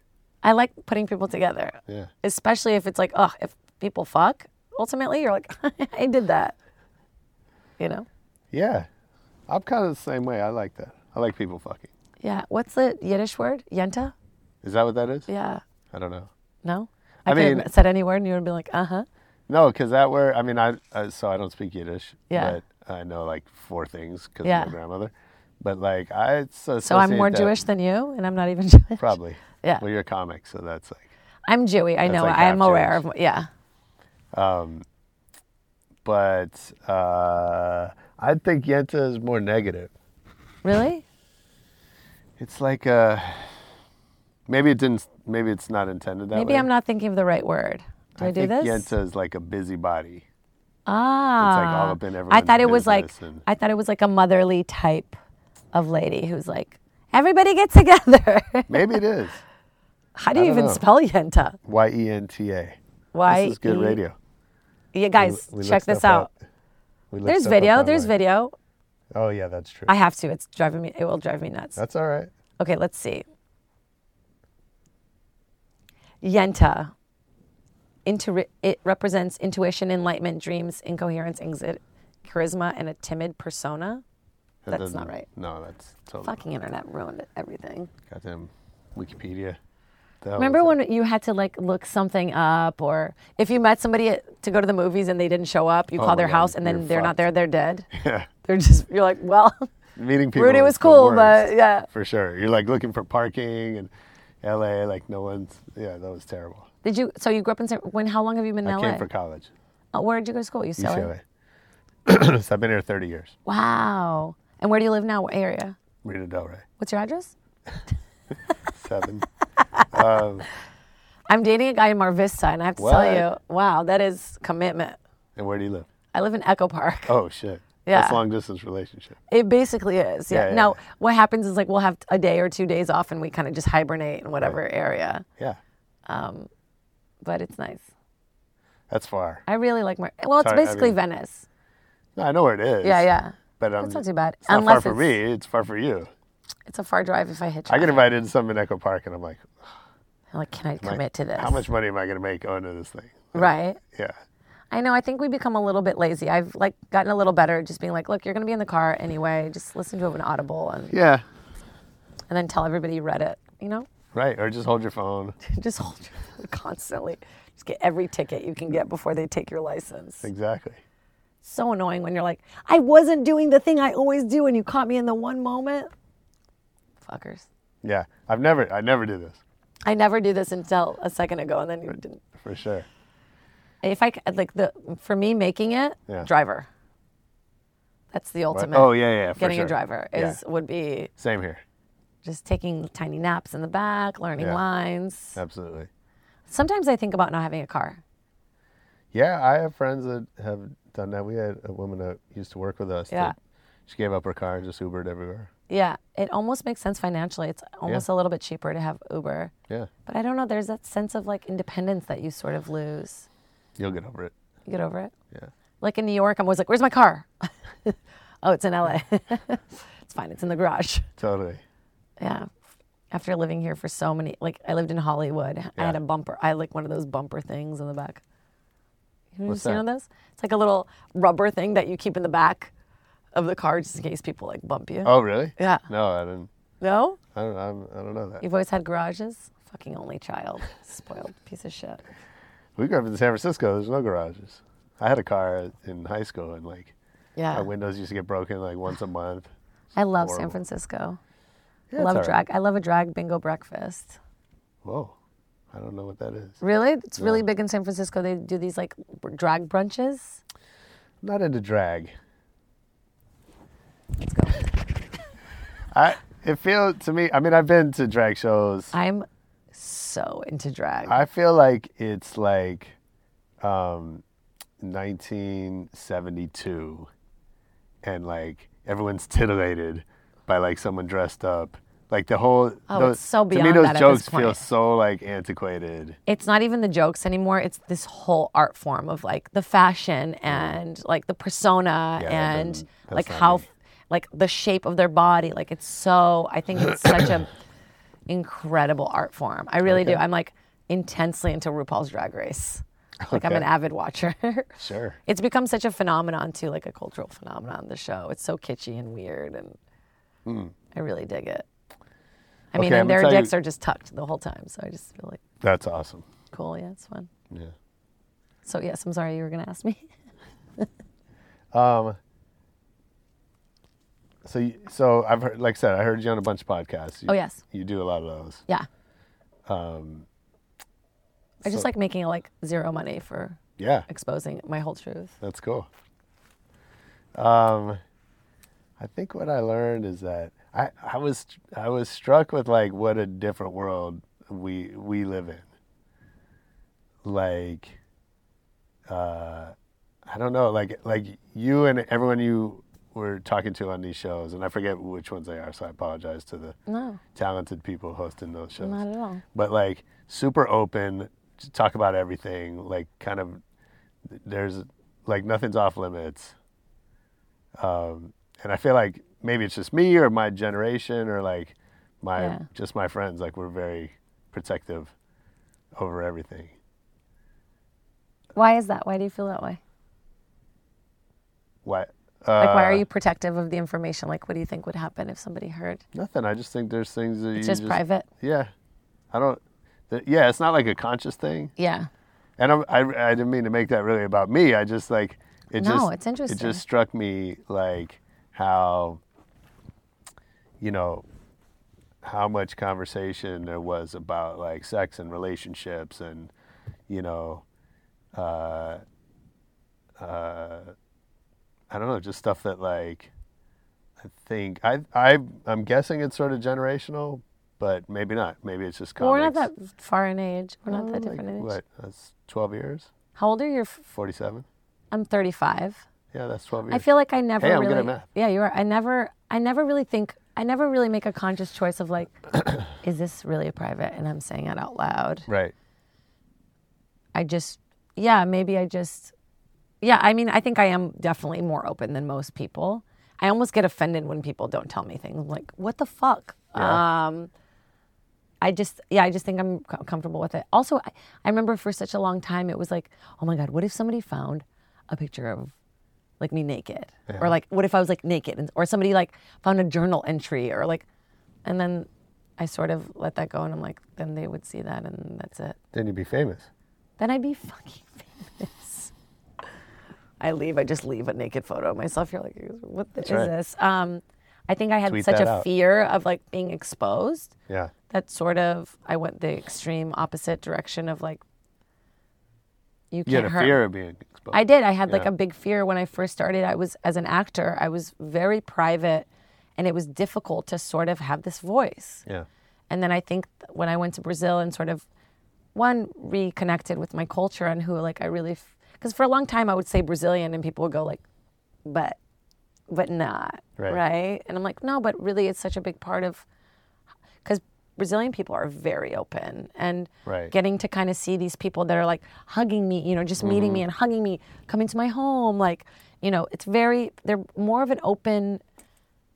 I like putting people together,
Yeah.
especially if it's like, "Oh, if people fuck." Ultimately, you're like, "I did that," you know?
Yeah. I'm kind of the same way. I like that. I like people fucking.
Yeah. What's the Yiddish word? Yenta?
Is that what that is?
Yeah.
I don't know.
No.
I
I, could
mean-
have said any word and you would have been like, "Uh huh."
No, because that word, I mean, I, I so I don't speak Yiddish.
Yeah.
But I know like four things because
Yeah.
of my grandmother. But like, I so,
So I'm more Jewish than you, and I'm not even Jewish.
Probably.
Yeah.
Well, you're a comic, so that's like.
I'm Jewy. I
That's
know.
like
I am
half
aware
Jewish.
of. Yeah.
But uh, I think Yenta is more negative.
Really?
It's like uh Maybe it didn't. Maybe it's not intended that way.
Maybe I'm not thinking of the right word. Do I, do
think
this?
Yenta is like a busybody.
Ah,
all up in
I
everyone's
thought it was like
business and-
I thought it was like a motherly type of lady who's like, everybody get together.
Maybe it is.
How do you
don't
even
know.
spell yenta?
Y E N T A.
Why?
This is good radio.
Yeah, guys,
We- we
check
looked
this
stuff
out.
up. We looked
There's
stuff up
video. There's
online.
video.
Oh yeah, that's true.
I have to. It's driving me. It will drive me nuts.
that's all right.
Okay, let's see. Yenta. Intu- it represents intuition, enlightenment, dreams, incoherence, anxiety, charisma, and a timid persona.
That
That's
doesn't-
not right.
No, that's totally
Fucking internet ruined everything.
goddamn Wikipedia. The hell
Remember
was Oh, it?
when you had to like look something up, or if you met somebody at- to go to the movies and they didn't show up, you
Oh
call
my
their
God,
house and
you're
then they're
fucked.
not there, they're dead.
Yeah.
They're just you're like, well,
meeting people?
Rudy
is
was
the
cool,
worst,
but yeah.
for sure. You're like looking for parking and L.A. Like no one's. Yeah, that was terrible.
Did you? So you grew up in San? When? How long have you been in
I
LA?
came for college.
Oh, where did you go to school? UCLA.
UCLA. so I've been here 30 years.
Wow. And where do you live now? What area?
Marina Del Rey.
What's your address?
Seven.
I'm dating a guy in Mar Vista, and I have to
What?
tell you, wow, that is commitment.
and where do you live?
I live in Echo Park.
Oh shit. That's
Yeah.
long distance relationship.
It basically is. Yeah.
Yeah, yeah,
now,
yeah.
what happens is like we'll have a day or two days off, and we kind of just hibernate in whatever area.
Yeah.
But it's nice.
That's far.
I really like Mar. Well, it's
Sorry, I
basically
mean-
Venice.
No, I know where it is.
Yeah, yeah.
but I'm,
That's not too bad.
It's not far
Unless
for me.
it's-
It's far for you.
It's a far drive if I hitch.
I get invited to something in Echo Park, and I'm like,
Like, can I
like,
commit to this?
How much money am I going to make under this thing?
Right.
Yeah.
I know. I think we become a little bit lazy. I've like gotten a little better at just being like, look, you're going to be in the car anyway. Just listen to an audible and,
Yeah.
and then tell everybody you read it. You know,
Right. Or just hold your phone.
just hold your constantly. Just get every ticket you can get before they take your license.
Exactly.
So annoying when you're like, I wasn't doing the thing I always do, and you caught me in the one moment. Fuckers.
Yeah. I've never, I never do this
I never do this until a second ago, and then you didn't.
for sure.
If I c- like the for me making it
Yeah.
driver. That's the
But-
ultimate.
oh yeah, yeah. For
Getting
sure.
a driver
Yeah.
is would be
Same here.
just taking tiny naps in the back, learning
Yeah.
lines.
Absolutely.
Sometimes I think about not having a car.
Yeah, I have friends that have done that. We had a woman that used to work with us.
Yeah.
That she gave up her car and just Ubered everywhere.
Yeah, it almost makes sense financially. It's almost a little bit cheaper to have Uber.
Yeah.
But I don't know, there's that sense of like independence that you sort of lose.
You'll get over it.
You get over it?
Yeah.
Like in New York, I'm always like, where's my car? oh, it's in LA. it's fine, it's in the garage.
Totally.
Yeah. After living here for so many, like I lived in Hollywood. I had a bumper. I had like one of those bumper things in the back. You know,
What's
you know
that?
those? It's like a little rubber thing that you keep in the back of the car just in case people like bump you.
Oh really?
Yeah.
No, I didn't.
No?
I don't. I'm, I don't know that.
You've always had garages? Fucking only child. Spoiled piece of shit.
We grew up in San Francisco. There's no garages. I had a car in high school, and like
Yeah.
our windows used to get broken like once a month.
I love San
horrible.
Francisco.
Yeah,
I
it's
love
all right.
drag. I love a drag bingo breakfast.
Whoa, I don't know what that is.
Really? It's really big in San Francisco. They do these like br- drag brunches.
I'm not into drag.
Let's go.
I it feels to me. I mean, I've been to drag shows.
I'm so into drag.
I feel like it's like um, 1972, and like everyone's titillated by like someone dressed up. Like the whole
Oh,
those,
it's so
to me
beyond
those
that at this
jokes feel
point.
so like antiquated.
it's not even the jokes anymore. It's this whole art form of like the fashion and like the persona
Yeah, that
and
doesn't- that's
like
not
how,
me.
like the shape of their body. Like it's so. I think it's such a incredible art form. I really do. I'm like intensely into RuPaul's Drag Race. Like I'm an
Okay.
avid watcher.
Sure.
it's become such a phenomenon too, like a cultural phenomenon. The show. It's so kitschy and weird, and I really dig it. I mean,
Hmm. Okay, I'm
and their
gonna tell you-
dicks are just tucked the whole time, so I just feel like
That's awesome.
cool. Yeah, it's fun.
Yeah.
So yes, I'm sorry you were gonna ask me.
So you- so I've heard, like I said, I heard you on a bunch of podcasts. You,
Oh, yes.
You do a lot of those.
Yeah. Um,
Um,
I just like making like zero money for
Yeah.
exposing my whole truth.
That's cool. Um, I think what I learned is that I, I was I was struck with like what a different world we we live in. Like, uh, I don't know, like like you and everyone you were talking to on these shows, and I forget which ones they are, so I apologize to the
No,
talented people hosting those shows
not at all.
but like super open to talk about everything like kind of there's like nothing's off limits um, and i feel like maybe it's just me or my generation or like my
Yeah.
just my friends like we're very protective over everything
Why is that? Why do you feel that way?
what
Like, why
uh,
are you protective of the information? Like, what do you think would happen if somebody heard?
nothing i just think there's things that
It's
you
just private.
yeah i don't that- yeah it's not like a conscious thing
Yeah.
and I'm, I, I didn't mean to make that really about me. I just like it
No,
just
it's interesting.
It just struck me like how you know how much conversation there was about like sex and relationships and you know uh, uh, I don't know, just stuff that like I think I I I'm guessing it's sort of generational, but maybe not. Maybe it's just
Well,
comics.
we're not that far in age. We're not that
Like,
different in age.
What? That's twelve years.
How old are you?
47.
I'm 35.
Yeah, that's 12 years.
I feel like I never
Hey, I'm
really.
good at math.
Yeah, you are. I never. I never really think. I never really make a conscious choice of like, is this really private? And I'm saying it out loud.
right.
I just, yeah, maybe I just, yeah. I mean, I think I am definitely more open than most people. I almost get offended when people don't tell me things. I'm like, what the fuck? Um, I just, yeah, I just think I'm co- comfortable with it. Also, I, I remember for such a long time, it was like, oh my God, what if somebody found a picture of like me naked? Or like, what if I was like naked? And, or somebody like found a journal entry or like, and then I sort of let that go and I'm like, then they would see that and that's it
Then you'd be famous.
then I'd be fucking famous. I leave. I just leave a naked photo of myself. You're like, what the, is
right.
this? Um, I think I had
Tweet
such
that
a
out.
fear of like being exposed
Yeah.
that sort of I went the extreme opposite direction of like you
You
can't
had a
hurt.
fear of being exposed.
I did. I had like
Yeah.
a big fear when I first started. I was as an actor. I was very private, and it was difficult to sort of have this voice.
Yeah.
And then I think th- when I went to Brazil and sort of one reconnected with my culture and who like I really because for a long time I would say Brazilian and people would go like, but, but not
Right.
And I'm like, no, but really it's such a big part of because Brazilian people are very open and
Right.
getting to kind of see these people that are like hugging me, you know, just meeting
Mm-hmm.
me and hugging me, coming to my home, like, you know, it's very they're more of an open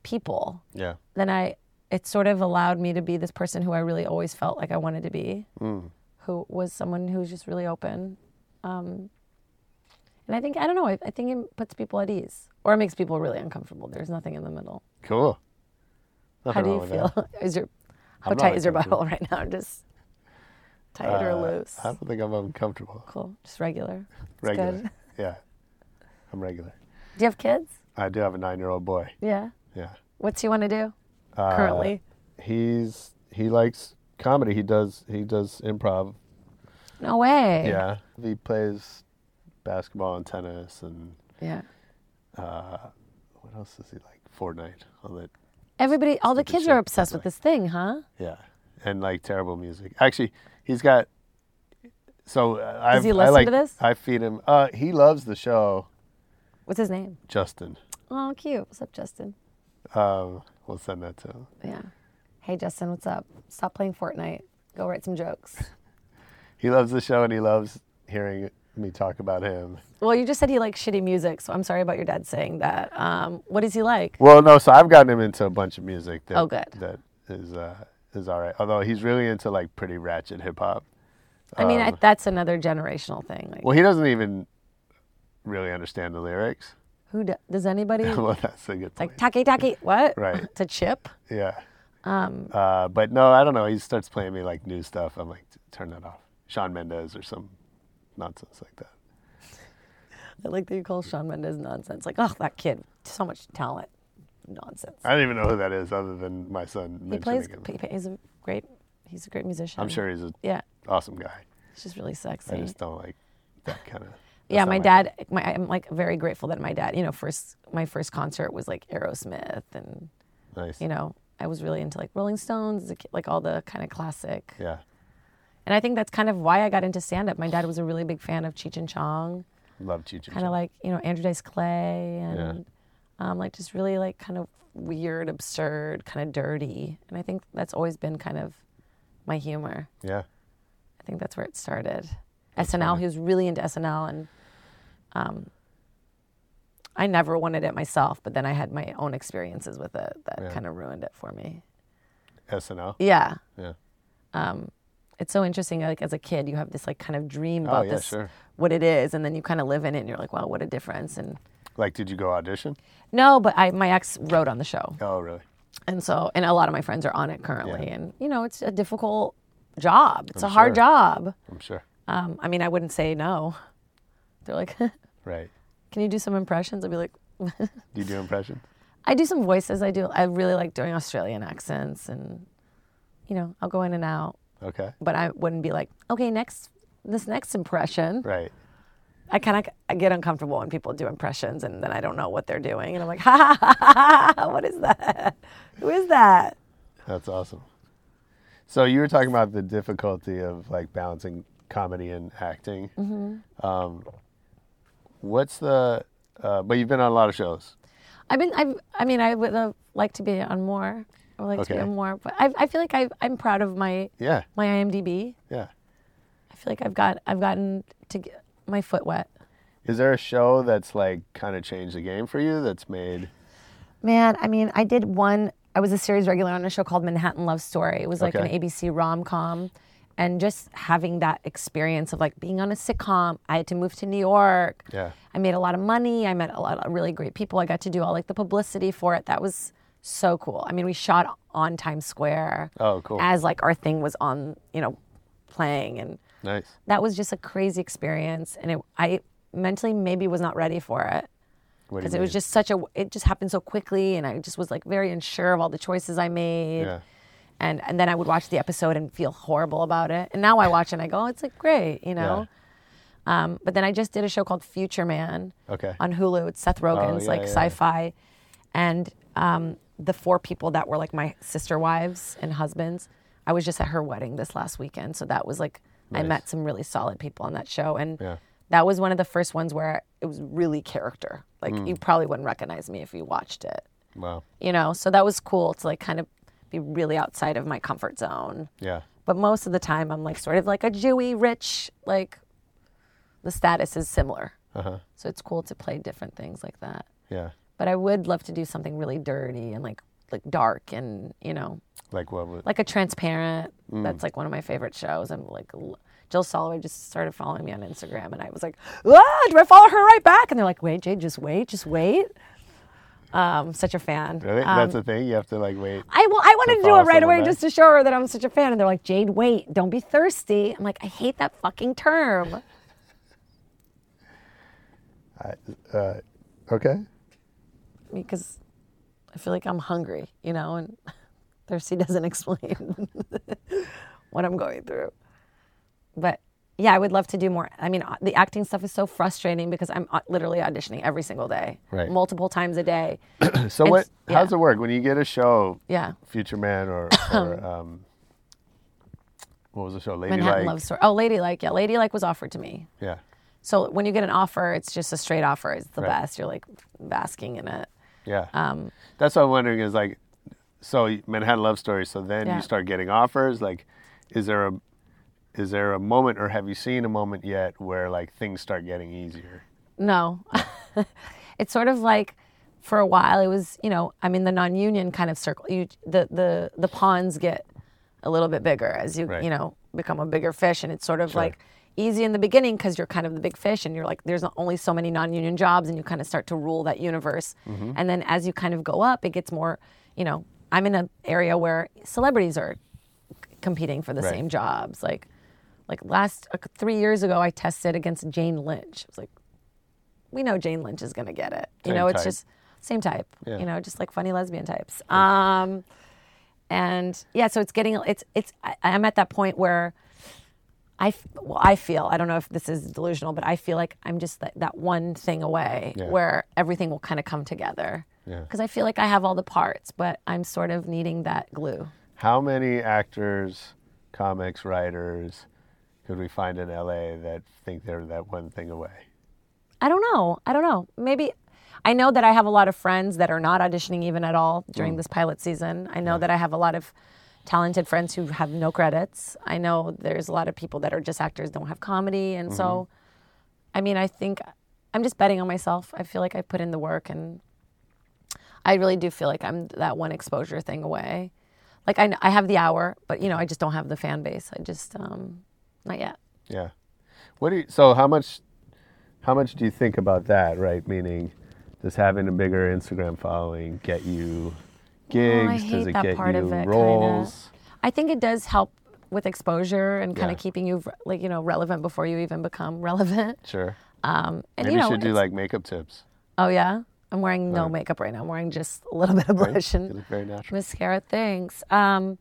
people
Yeah.
then I it sort of allowed me to be this person who I really always felt like I wanted to be,
Hmm.
who was someone who's just really open. Um, and I think I don't know. I, I think it puts people at ease, or it makes people really uncomfortable. There's nothing in the middle.
Cool.
How
Nothing
do
wrong
you
with
feel?
that.
Is your how
I'm not
tight is your
uncomfortable. Uh,
butthole right now? Just tight or loose?
I don't think I'm uncomfortable.
Cool, just regular. It's
Regular.
Good.
Yeah. I'm regular.
Do you have kids?
I do have a nine year old boy.
Yeah.
Yeah.
What's he want to do
Uh,
currently?
He's he likes comedy. He does he does improv.
No way.
Yeah. He plays basketball and tennis and
Yeah.
what else does he like? Fortnite. All that
Everybody, all the
Stupid
kids
shit.
are obsessed with this thing, huh?
Yeah, and like terrible music. Actually, he's got. So uh, I've,
he
I
listen
like
to this?
I feed him. Uh, he loves the show,
What's his name?
Justin.
Oh, cute. What's up, Justin?
Um, we'll send that to him.
Yeah. Hey, Justin, what's up? Stop playing Fortnite. Go write some jokes.
He loves the show and he loves hearing me talk about him.
well, you just said he likes shitty music, so I'm sorry about your dad saying that. Um, what does he like?
Well, no, so I've gotten him into a bunch of music that
Oh, good.
that is uh, is all right. Although he's really into like pretty ratchet hip hop.
I mean, I,
Um,
that's another generational thing. Like,
Well, he doesn't even really understand the lyrics.
who do, does anybody
well, that's a good point.
like Taki Taki? What?
Right.
to Chip?
Yeah.
Um,
uh, but no, I don't know. He starts playing me like new stuff. I'm like, turn that off. Sean Mendez or some nonsense like that.
I like that you call Sean Mendes nonsense. Like, oh, that kid, so much talent, nonsense.
I don't even know who that is, other than my son.
He
mentioning
plays.
him.
he- He's a great. He's a great musician.
I'm sure he's an
Yeah,
awesome guy.
he's just really sexy.
I just don't like that kind of.
yeah, my dad. My, I'm like very grateful that my dad. You know, first my first concert was like Aerosmith, and
Nice.
you know, I was really into like Rolling Stones, like- like all the kind of classic.
Yeah.
And I think that's kind of why I got into stand up. My dad was a really big fan of Cheech and Chong,
Love Cheech and
kind of
Chong.
like you know Andrew Dice Clay, and um, like just really like kind of weird, absurd, kind of dirty. And I think that's always been kind of my humor.
yeah.
I think that's where it started. SNL. He was really into SNL, and um, I never wanted it myself. But then I had my own experiences with it that kind of ruined it for me.
SNL.
Yeah,
Yeah.
it's so interesting. Like as a kid, you have this like kind of dream
Oh,
about
yeah,
this,
sure.
what it is, and then you kind of live in it, and you're like, wow, what a difference. And
Like, did you go audition?
no, but I my ex wrote on the show,
Oh, really?
and so and a lot of my friends are on it currently,
Yeah.
and you know it's a difficult job. It's a hard
sure.
job.
I'm sure.
Um, I mean, I wouldn't say no. They're like.
Right.
can you do some impressions? I'd be like,
Do you do impressions?
I do some voices. I do. I really like doing Australian accents, and you know, I'll go in and out.
Okay.
But I wouldn't be like, okay, next this next impression.
Right.
I kind of I get uncomfortable when people do impressions, and then I don't know what they're doing, and I'm like, ha ha ha, ha, what is that? Who is that?
That's awesome. So you were talking about the difficulty of like balancing comedy and acting. Um,
Mm-hmm.
what's the? Uh, but you've been on a lot of shows.
I've been. I've. I mean, I would have liked to be on more. I would like to be
Okay.
on more, but I, I feel like I, I'm proud of my
Yeah,
my IMDb.
yeah.
I feel like I've got I've gotten to get my foot wet.
Is there a show that's like kind of changed the game for you? That's made
Man, I mean, I did one. I was a series regular on a show called Manhattan Love Story. It was like
Okay.
an ABC rom com, and just having that experience of like being on a sitcom. I had to move to New York.
Yeah.
I made a lot of money. I met a lot of really great people. I got to do all like the publicity for it. That was so cool. I mean, we shot on Times Square.
Oh, cool.
As like our thing was on, you know, playing and
Nice.
that was just a crazy experience and it, i mentally maybe was not ready for it
What do you
because it was
mean?
just such a it just happened so quickly and i just was like very unsure of all the choices i made
Yeah.
and and then i would watch the episode and feel horrible about it and now i watch it and i go oh, it's like great you know um, but then i just did a show called future man
Okay. Oh,
on hulu it's seth rogen's
yeah,
like
yeah, yeah.
sci-fi and um, the four people that were like my sister wives and husbands i was just at her wedding this last weekend so that was like i
Nice.
met some really solid people on that show and
Yeah.
that was one of the first ones where it was really character like
Mm.
you probably wouldn't recognize me if you watched it
Wow.
you know so that was cool to like kind of be really outside of my comfort zone
Yeah.
but most of the time i'm like sort of like a jewy rich like the status is similar so it's cool to play different things like that
Yeah.
but i would love to do something really dirty and like like dark and you know
Like what? Would,
like a transparent that's like one of my favorite shows i'm like l- jill soloway just started following me on instagram and i was like ah, do i follow her right back and they're like wait jade just wait just wait um, such a fan
really?
Um,
That's the thing. You have to like wait.
I well, I wanted to do
follow
it right away
someone back.
just to show her that I'm such a fan. And they're like, Jade, wait, don't be thirsty. I'm like, I hate that fucking term.
Okay.
Because I feel like I'm hungry, you know, and thirsty doesn't explain what I'm going through. But yeah, I would love to do more. I mean, uh, the acting stuff is so frustrating because I'm uh, literally auditioning every single day,
Right.
multiple times a day.
So what?
yeah.
How's it work when you get a show?
Yeah.
Future Man or, or um, what was the show? Lady
Manhattan
Like.
Love Story. Oh, Ladylike. Yeah, Ladylike was offered to me.
Yeah.
So when you get an offer, it's just a straight offer. It's the
Right.
best. You're like basking in it.
Yeah.
Um,
That's what I'm wondering is like, so Manhattan Love Story. So then
Yeah.
you start getting offers. Like, is there a is there a moment or have you seen a moment yet where like things start getting easier?
no, it's sort of like for a while it was you know I'm in the non-union kind of circle. You the the the pawns get a little bit bigger as you
Right.
you know become a bigger fish, and it's sort of like easy in the beginning because you're kind of the big fish, and you're like there's only so many non-union jobs, and you kind of start to rule that universe.
Mm-hmm.
And then as you kind of go up, it gets more you know I'm in an area where celebrities are competing for the
Right.
same jobs. Like, like last like three years ago, I tested against Jane Lynch. I was like, we know Jane Lynch is gonna get it. You
Same
know, it's
type.
just same type.
Yeah.
You know, just like funny lesbian types. Um, and yeah, so it's getting it's it's I, I'm at that point where. I, f- well, I feel I don't know if this is delusional, but I feel like I'm just that, that one thing away
Yeah.
where everything will kind of come together.
Yeah.
Because I feel like I have all the parts, but I'm sort of needing that glue.
How many actors, comics, writers could we find in LA that think they're that one thing away?
I don't know. I don't know. Maybe I know that I have a lot of friends that are not auditioning even at all during this pilot season. I know that I have a lot of talented friends who have no credits. I know there's a lot of people that are just actors don't have comedy and so I mean, I think I'm just betting on myself. I feel like I put in the work and I really do feel like I'm that one exposure thing away. Like I, kn- I have the hour, but you know, I just don't have the fan base. I just um not yet.
Yeah. What do you, so how much how much do you think about that, right? Meaning does having a bigger Instagram following get you gigs?
Oh, I
does
hate
it
that
get
part
you
of it. kinda.
roles?
I think it does help with exposure and kind
Yeah.
of keeping you like you know relevant before you even become relevant.
Sure.
Um, and
Maybe
you
you,
know,
should do
it's-
like makeup tips.
oh yeah, I'm wearing no makeup right now. I'm wearing just a little bit of
Right?
blush
You
and
look very natural.
mascara. Thanks. Um,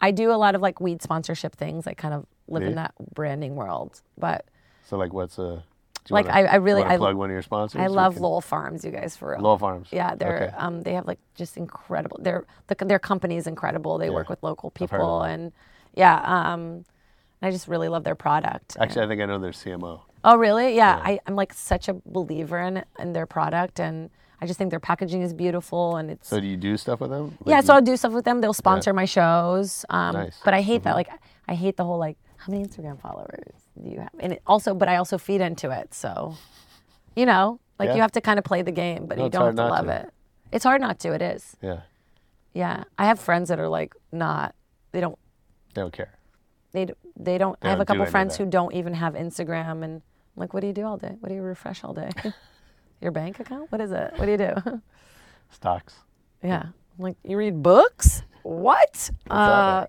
I do a lot of like weed sponsorship things. I kind of live in
Yeah.
that branding world, but
So like what's a do you
Like,
wanna-
I- I really-
wanna
I-
plug one of your sponsors.
I
We
love
can-
Lowell Farms, you guys, for real.
Lowell Farms.
Yeah, they're
Okay.
um, they have like just incredible. Their the, their company is incredible. They work with local
heard of
people
them.
and yeah, um, I just really love their product.
Actually, I think I know their CMO.
Oh, really? Yeah, I, I'm like such a believer in in their product, and I just think their packaging is beautiful, and it's
So do you do stuff with them? Like,
yeah.
you-
So I'll do stuff with them. They'll sponsor my shows, um,
Nice. Mm-hmm.
but I hate that. Like, I hate the whole like how many Instagram followers do you have, and it also, but I also feed into it, so you know, like
Yeah.
you have to kind of play the game, but
No,
you
it's
don't have
hard
to
not
love
to.
it. It's hard not to. It is.
Yeah.
Yeah. I have friends that are like not. They don't.
They don't care.
They d- they don't. I have a
don't do
couple
any of
friends
that.
who don't even have Instagram, and I'm like, what do you do all day? What do you refresh all day? Your bank account? What is it? What do you do?
Stocks.
yeah. I'm like you read books? What? Uh,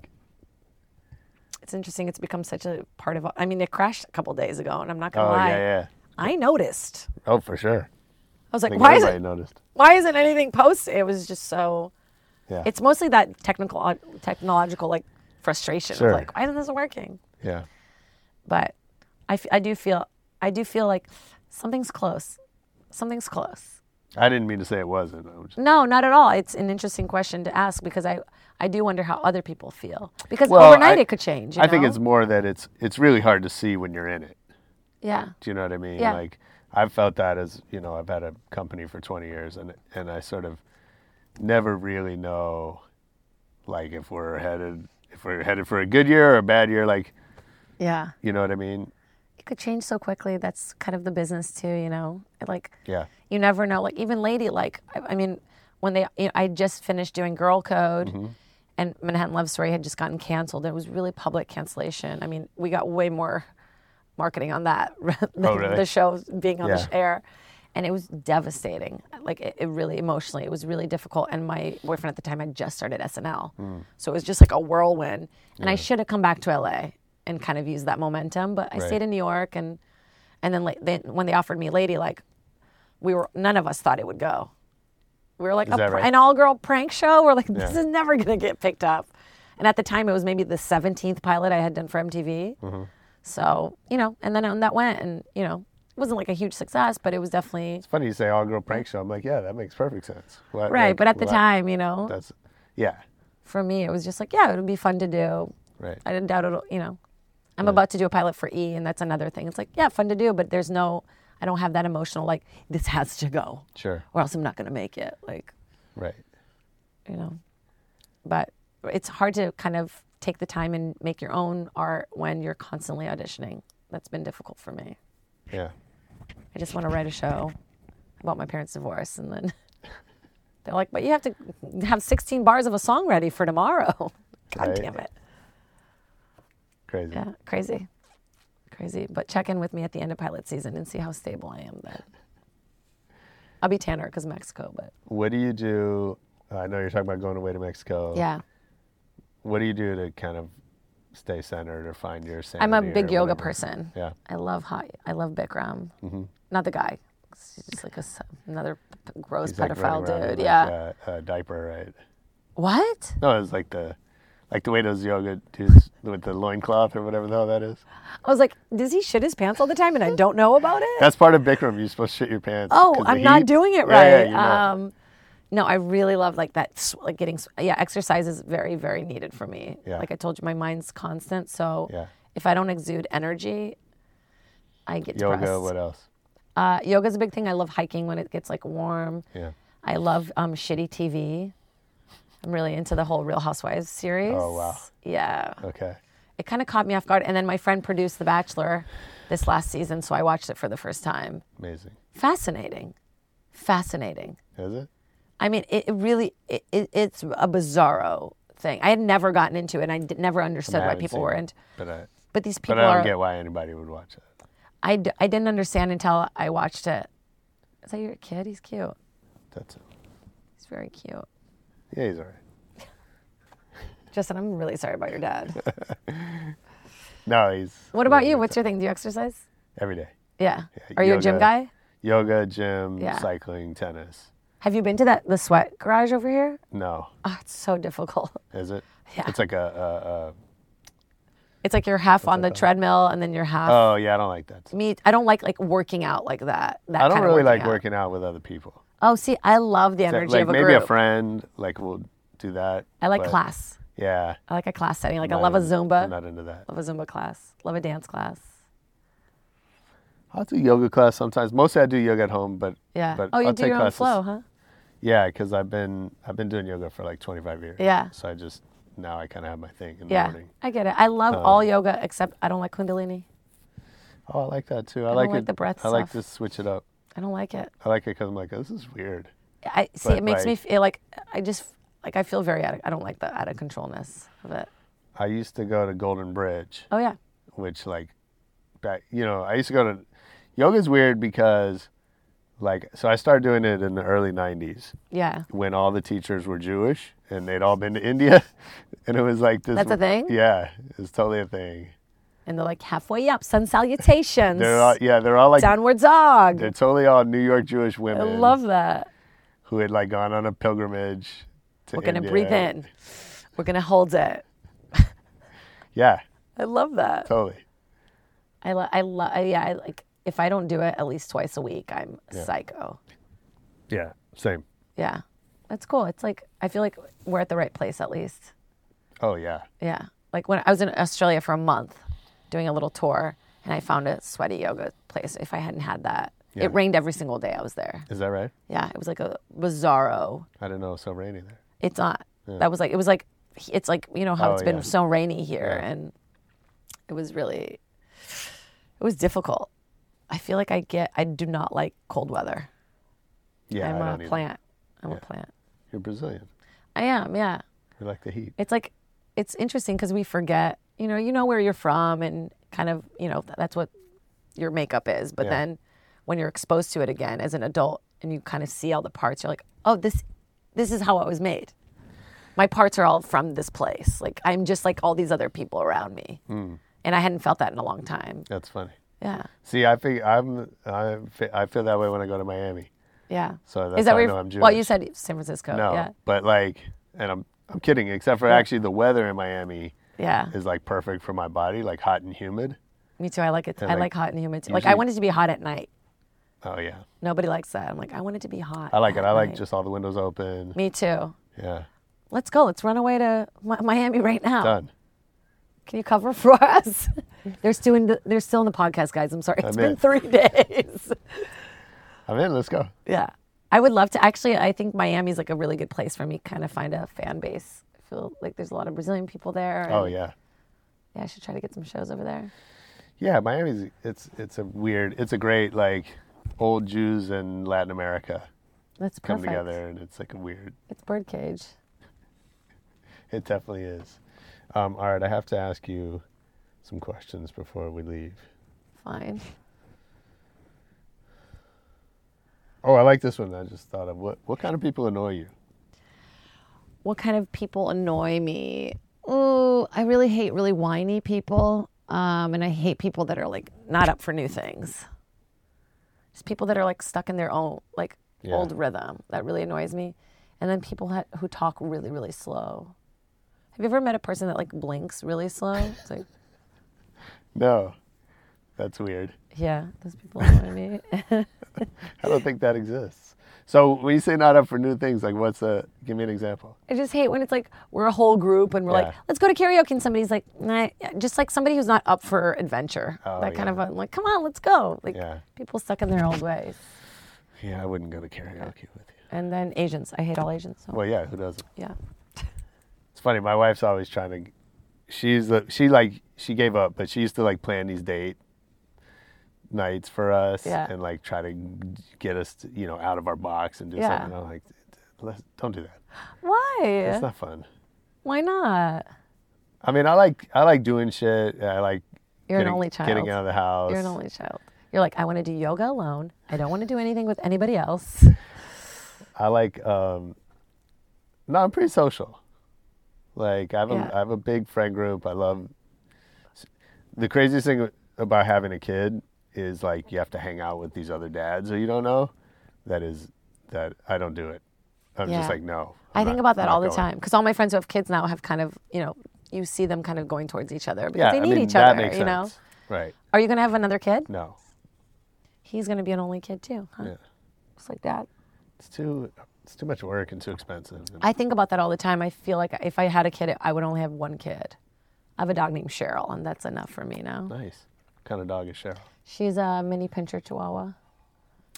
it's interesting. It's become such a part of. I mean, it crashed a couple days ago, and I'm not gonna
Oh
lie.
yeah, yeah.
I noticed.
Oh, for sure.
I was
I
like,
think
why is
everybody
it?
noticed.
Why isn't anything posted? It was just so.
Yeah.
It's mostly that technical, uh, technological like frustration
Sure.
of like, why isn't this working?
yeah.
But I, f- I do feel, I do feel like something's close. Something's close.
I didn't mean to say it wasn't. I was just-
No, not at all. It's an interesting question to ask because I, I do wonder how other people feel because
Well,
overnight
I-
it could change. you
I think
know?
it's more that it's it's really hard to see when you're in it.
yeah,
Do you know what I mean?
Yeah.
Like I've felt that as you know, I've had a company for 20 years, and and I sort of never really know, like if we're headed if we're headed for a good year or a bad year. Like
yeah.
you know what I mean?
It could change so quickly. That's kind of the business too. You know, It, like
Yeah.
you never know. Like even Lady, like I, I mean, when they, you know, I just finished doing Girl Code,
Mm-hmm.
and Manhattan Love Story had just gotten canceled. It was really public cancellation. I mean, we got way more marketing on that than
Oh, really?
the show being on
Yeah.
the air, and it was devastating. Like it, it really emotionally, it was really difficult. And my boyfriend at the time had just started SNL, so it was just like a whirlwind. And I should have come back to LA and kind of used that momentum, but I
Right.
stayed in New York and. And then, like, they, when they offered me Lady, like, we were none of us thought it would go. We were like a,
that
pr-
right?
an all-girl prank show. We're like, this
Yeah.
is never gonna get picked up. And at the time, it was maybe the seventeenth pilot I had done for MTV.
Mm-hmm.
So you know, and then on that went, and you know, it wasn't like a huge success, but it was definitely
It's funny you say all girl prank show. I'm like, yeah, that makes perfect sense. What-
right.
like,
but at the
what-
time, you know,
that's yeah,
for me, it was just like, yeah, it would be fun to do.
right.
I didn't doubt it'll, you know, I'm about to do a pilot for E, and that's another thing. It's like, yeah, fun to do, but there's no, I don't have that emotional like this has to go,
Sure,
or else I'm not gonna make it. Like.
right.
you know. But it's hard to kind of take the time and make your own art when you're constantly auditioning. That's been difficult for me.
Yeah,
I just want to write a show about my parents' divorce, and then they're like, "But you have to have 16 bars of a song ready for tomorrow." God
Right.
damn it!
crazy.
Yeah, crazy, crazy. But check in with me at the end of pilot season and see how stable I am then. I'll be Tanner because Mexico, but
What do you do? I know you're talking about going away to Mexico.
yeah.
What do you do to kind of stay centered or find your sanity?
I'm a
or
big yoga
whatever?
person.
Yeah. Mm-hmm.
I love hot. I love Bikram. Not the guy. He's just like a s another p- p- gross
He's, like,
pedophile
running around
dude.
in,
yeah.
Like, a, a diaper, right?
What?
No, it's like the, like the way those yoga dudes with the loincloth or whatever the hell that is.
I was like, does he shit his pants all the time, and I don't know about it?
That's part of Bikram. You're supposed to shit your pants.
oh,
'cause the
I'm not
heat.
doing it
Yeah,
right.
yeah, you're not.
um, no, I really love like that. sw- Like getting sw- yeah, exercise is very very needed for me.
Yeah.
Like I told you, my mind's constant. So
Yeah.
if I don't exude energy, I get
yoga.
depressed.
What else?
Uh, yoga's a big thing. I love hiking when it gets like warm.
Yeah.
I love um, shitty TV. I'm really into the whole Real Housewives series.
Oh, wow.
Yeah,
Okay.
it kind of caught me off guard. And then my friend produced The Bachelor this last season, so I watched it for the first time.
Amazing.
Fascinating, fascinating.
Is it?
I mean, it it really it, it, it's a bizarro thing. I had never gotten into it. and I did, never understood
I
why
haven't
people
seen
were
it,
into.
But I,
But these people
but I
are.
don't get why anybody would watch it.
I, d- I didn't understand until I watched it. Is that your kid? He's cute.
That's it.
He's very cute.
Yeah, he's all right.
Justin, I'm really sorry about your dad.
No, he's.
What about you? What's your thing? Do you exercise?
Every day.
Yeah. Are you a gym
yoga.
guy?
Yoga, gym,
Yeah.
cycling, tennis.
Have you been to that the sweat garage over here?
No,
Oh, it's so difficult.
is it?
Yeah.
It's like a,
It's like you're half on the treadmill and then you're half.
a, a. Oh yeah, I don't like that.
me, I don't like like working out like that. that
I don't
kinda
really like
out.
working out with other people.
Oh, see, I love the
That-
energy
like
of a
maybe
group.
a friend, like we'll do that.
I like
but
class.
Yeah.
I like a class setting. Like I
not
love a
into-
Zumba.
I'm not into that.
love a Zumba class. Love a dance class.
I'll do yoga class sometimes. Mostly I do yoga at home, but
Yeah.
But
oh, you
I'll
do
take
your own
classes.
flow, huh?
Yeah, because I've been I've been doing yoga for like 25 years.
Yeah.
So I just now I kind of have my thing in
Yeah.
the morning. Um,
I get it. I love all yoga except I don't like Kundalini.
Oh, I like that too. I,
don't
like
like
it.
the breath
I like
stuff.
to switch it up.
I don't like it.
I like it because I'm like, this is weird.
I see.
But,
it makes me
like-
feel like I just like I feel very out. Of, I don't like the out of controlness of it.
I used to go to Golden Bridge,
Oh yeah,
which like, back you know, I used to go to. Yoga's weird because, like, so I started doing it in the early '90s
yeah.
when all the teachers were Jewish and they'd all been to India, and it was like this.
That's a thing?
Yeah, it's totally a thing.
And they're like halfway up, sun salutations,
They're all yeah, they're all like
downward dog.
they're totally all New York Jewish
I
women
love that.
who had like gone on a pilgrimage. To
We're gonna
India.
breathe in. We're gonna hold it.
Yeah,
I love that.
totally.
I lo- I love. Yeah, I like. If I don't do it at least twice a week, I'm psycho.
Yeah, same.
Yeah, that's cool. It's like I feel like we're at the right place at least.
Oh yeah.
Yeah. Like when I was in Australia for a month doing a little tour and I found a sweaty yoga place. If I hadn't had that, it rained every single day I was there.
Is that right?
Yeah. It was like a bizarro.
I didn't know it was so rainy there.
It's not, that was like, it was like, it's like, you know, how
Oh,
it's been
yeah.
so rainy here. And it was really, it was difficult. I feel like I get, I do not like cold weather.
Yeah,
I'm
I
a
don't either.
plant. I'm a plant.
You're Brazilian.
I am. Yeah.
You like the heat.
it's like it's interesting because we forget you know you know where you're from and kind of you know th- that's what your makeup is but
Yeah.
then when you're exposed to it again as an adult and you kind of see all the parts you're like oh this this is how it was made my parts are all from this place like i'm just like all these other people around me
Hmm.
and i hadn't felt that in a long time
That's funny.
yeah
See, I fig- I'm I, fe- I feel that way when I go to Miami.
yeah
So that's
is that
how I
where
know
you're-
I'm Jewish.
well you said san francisco
no,
yeah
but like, and I'm I'm kidding. Except for actually, the weather in Miami
yeah
is like perfect for my body, like hot and humid.
me too i like it i
like,
like, hot and humid too. like i
usually-
wanted to be hot at night
Oh yeah,
Nobody likes that. I'm like, I want it to be hot.
I like it.
at
I like
night.
just all the windows open.
Me too.
Yeah,
Let's go. Let's run away to Mi- Miami right now.
done.
Can you cover for us? they're still in the, they're still in the podcast, guys. I'm sorry. It's
I'm
been
in.
three days.
I'm in. Let's go.
yeah, I would love to. Actually, I think Miami's like a really good place for me. Kind of find a fan base. I feel like there's a lot of Brazilian people there. and-
Oh yeah,
Yeah, I should try to get some shows over there.
yeah. Miami's it's it's a weird. It's a great like old Jews and Latin America
That's
come
perfect.
together, and it's like a weird.
It's birdcage.
It definitely is. Um, all right, I have to ask you some questions before we leave.
Fine.
Oh, I like this one. I just thought of what what kind of people annoy you?
what kind of people annoy me? Oh, I really hate really whiny people. Um, and I hate people that are like not up for new things. Just people that are like stuck in their own like
Yeah.
old rhythm. That really annoys me. And then people ha- who talk really really slow. Have you ever met a person that like blinks really slow? It's like,
No, that's weird.
yeah, those people annoy me.
I don't think that exists. So when you say not up for new things, like what's a? Give me an example.
I just hate when it's like we're a whole group and we're like,
Yeah.
let's go to karaoke, and somebody's like, nah, just like somebody who's not up for adventure.
Oh,
that kind
yeah.
of i like, come on, let's go. Like
Yeah.
people stuck in their old ways.
Yeah, I wouldn't go to karaoke with you.
And then Asians, I hate all Asians. So
Well, yeah, who doesn't?
yeah,
It's funny. My wife's always trying to. She's the she like she gave up, but she used to like plan these date nights for us
Yeah.
and like try to get us to, you know out of our box and do
Yeah.
something. I'm like, Let's, don't do that.
why?
It's not fun.
Why not?
I mean, I like I like doing shit. I like
You're an
getting-
only child.
Getting out of the house.
You're an only child. You're like, I want to do yoga alone. I don't want to do anything with anybody else.
I like um no, I'm pretty social. Like I have a I
Yeah.
have a big friend group. I love the craziest thing about having a kid is like you have to hang out with these other dads who you don't know. That is that I don't do it. I'm
Yeah.
just like no.
I
I'm
think
not-
about
I'm
that
not
all the
going.
time because all my friends who have kids now have kind of, you know, you see them kind of going towards each other because
Yeah,
they
I
need
mean,
each
that
other.
makes
you know,
sense. Right.
are you going to have another kid?
No.
He's going to be an only kid too. Huh?
Yeah.
Just like that.
It's too it's too much work and too expensive. And
I think about that all the time. I feel like if I had a kid, I would only have one kid. I have a dog named Cheryl, and that's enough for me now.
nice. What kind of dog is Cheryl?
She's a mini pincher chihuahua.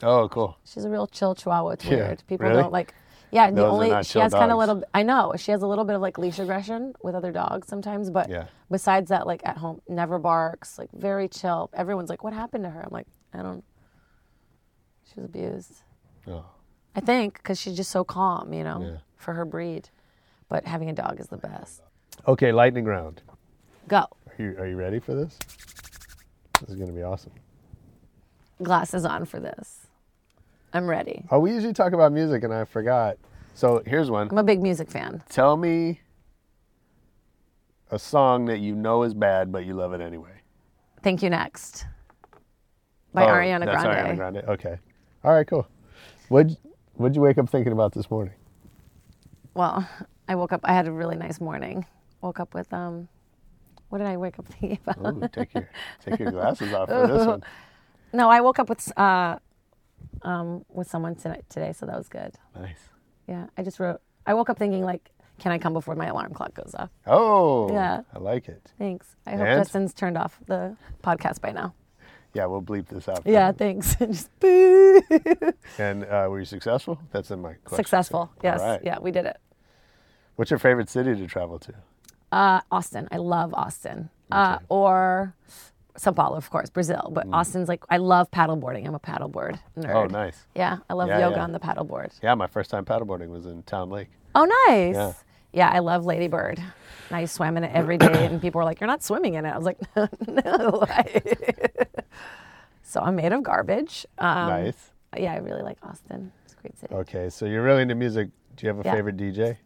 Oh, cool.
She's a real chill chihuahua. It's
Yeah,
weird. People
really?
don't like. Yeah, and the
Those are
only
not
she
chill
has kind of
dogs.
little. I know she has a little bit of like leash aggression with other dogs sometimes, but
Yeah.
besides that, like at home, never barks. Like very chill. Everyone's like, "What happened to her?" I'm like, "I don't." She was abused.
Oh.
I think, because she's just so calm, you know, for her breed. But having a dog is the best.
Okay, lightning round.
Go.
Are you, are you ready for this? This is going to be awesome.
Glasses on for this. I'm ready.
Oh, we usually talk about music and I forgot. So here's one.
I'm a big music fan.
Tell me a song that you know is bad, but you love it anyway.
Thank you next. By
Oh,
Ariana,
that's
Grande.
Ariana Grande. Okay. All right, cool. What'd, what'd you wake up thinking about this morning?
Well, I woke up I had a really nice morning. Woke up with um what did I wake up thinking about?
Ooh, take your take your glasses off for this one.
No, I woke up with uh, um, with someone tonight, today, so that was good.
Nice.
Yeah, I just wrote. I woke up thinking like, can I come before my alarm clock goes off?
Oh,
Yeah.
I like it.
Thanks. I hope
And?
Justin's turned off the podcast by now.
Yeah, we'll bleep this out.
Yeah, thanks. just boo.
And uh, were you successful? That's in my question.
Successful. Yes.
All right.
Yeah, we did it.
What's your favorite city to travel to?
Uh, Austin. I love Austin. Uh, or Sao Paulo, of course, Brazil. But Austin's like, I love paddleboarding. I'm a paddleboard nerd.
Mm. Oh, nice.
Yeah, I love
Yeah,
yoga
yeah.
on the paddleboard.
Yeah, my first time paddleboarding was in Tom Lake.
Oh, nice.
Yeah.
Yeah. I love Lady Bird. And I swam in it every day, and people were like, "You're not swimming in it." I was like, "No." no I-" so I'm made of garbage. Um,
nice.
Yeah, I really like Austin. It's a great city.
Okay, so you're really into music. Do you have a
Yeah.
favorite DJ?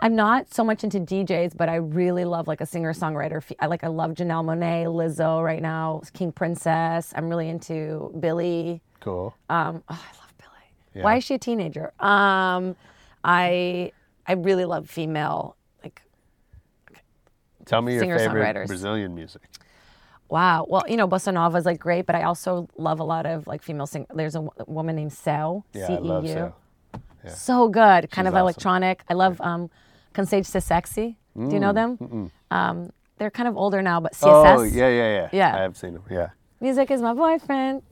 I'm not so much into DJs, but I really love like a singer songwriter. I like I love Janelle Monae, Lizzo right now, King Princess. I'm really into Billy.
Cool.
Um, oh, I love Billy. Why is she a teenager? Um, I I really love female like
Tell me your favorite
singer-songwriters.
Brazilian music.
Wow. Well, you know, bossa nova is like great, but I also love a lot of like female sing. There's a w- woman named Seu.
Yeah,
C E
I love
U.
so.
So good, kind
She's
of
awesome.
electronic. I love um, Consage Se Sexy. Do you know them? Um, they're kind of older now, but CSS.
Mm, Oh, yeah, yeah, yeah.
Yeah.
I have seen them. Yeah.
Music is my boyfriend.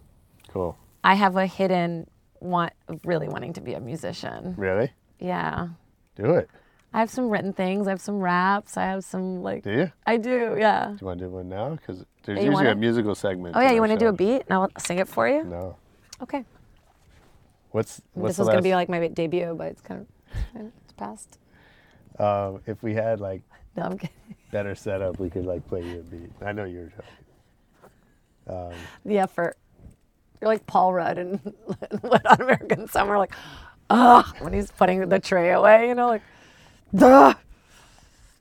Cool.
I have a hidden want, really wanting to be a musician.
Really?
Yeah.
Do it.
I have some written things. I have some raps. I have some like.
Do you? Do
I do. Yeah.
you want to do one now? Because there's
Oh, you
usually
wanna-
a musical segment.
Oh yeah.
our
You want to do
show.
a beat? And I'll sing it for you.
No.
Okay.
What's what's
this was
the
gonna
last?
be like my debut, but it's kind of it's past.
um, if we had like
No, I'm kidding.
better setup, we could like play you a beat. I know you were joking.
The effort. You're like Paul Rudd and Wet on American Summer, like, ugh, when he's putting the tray away, you know, like, duh.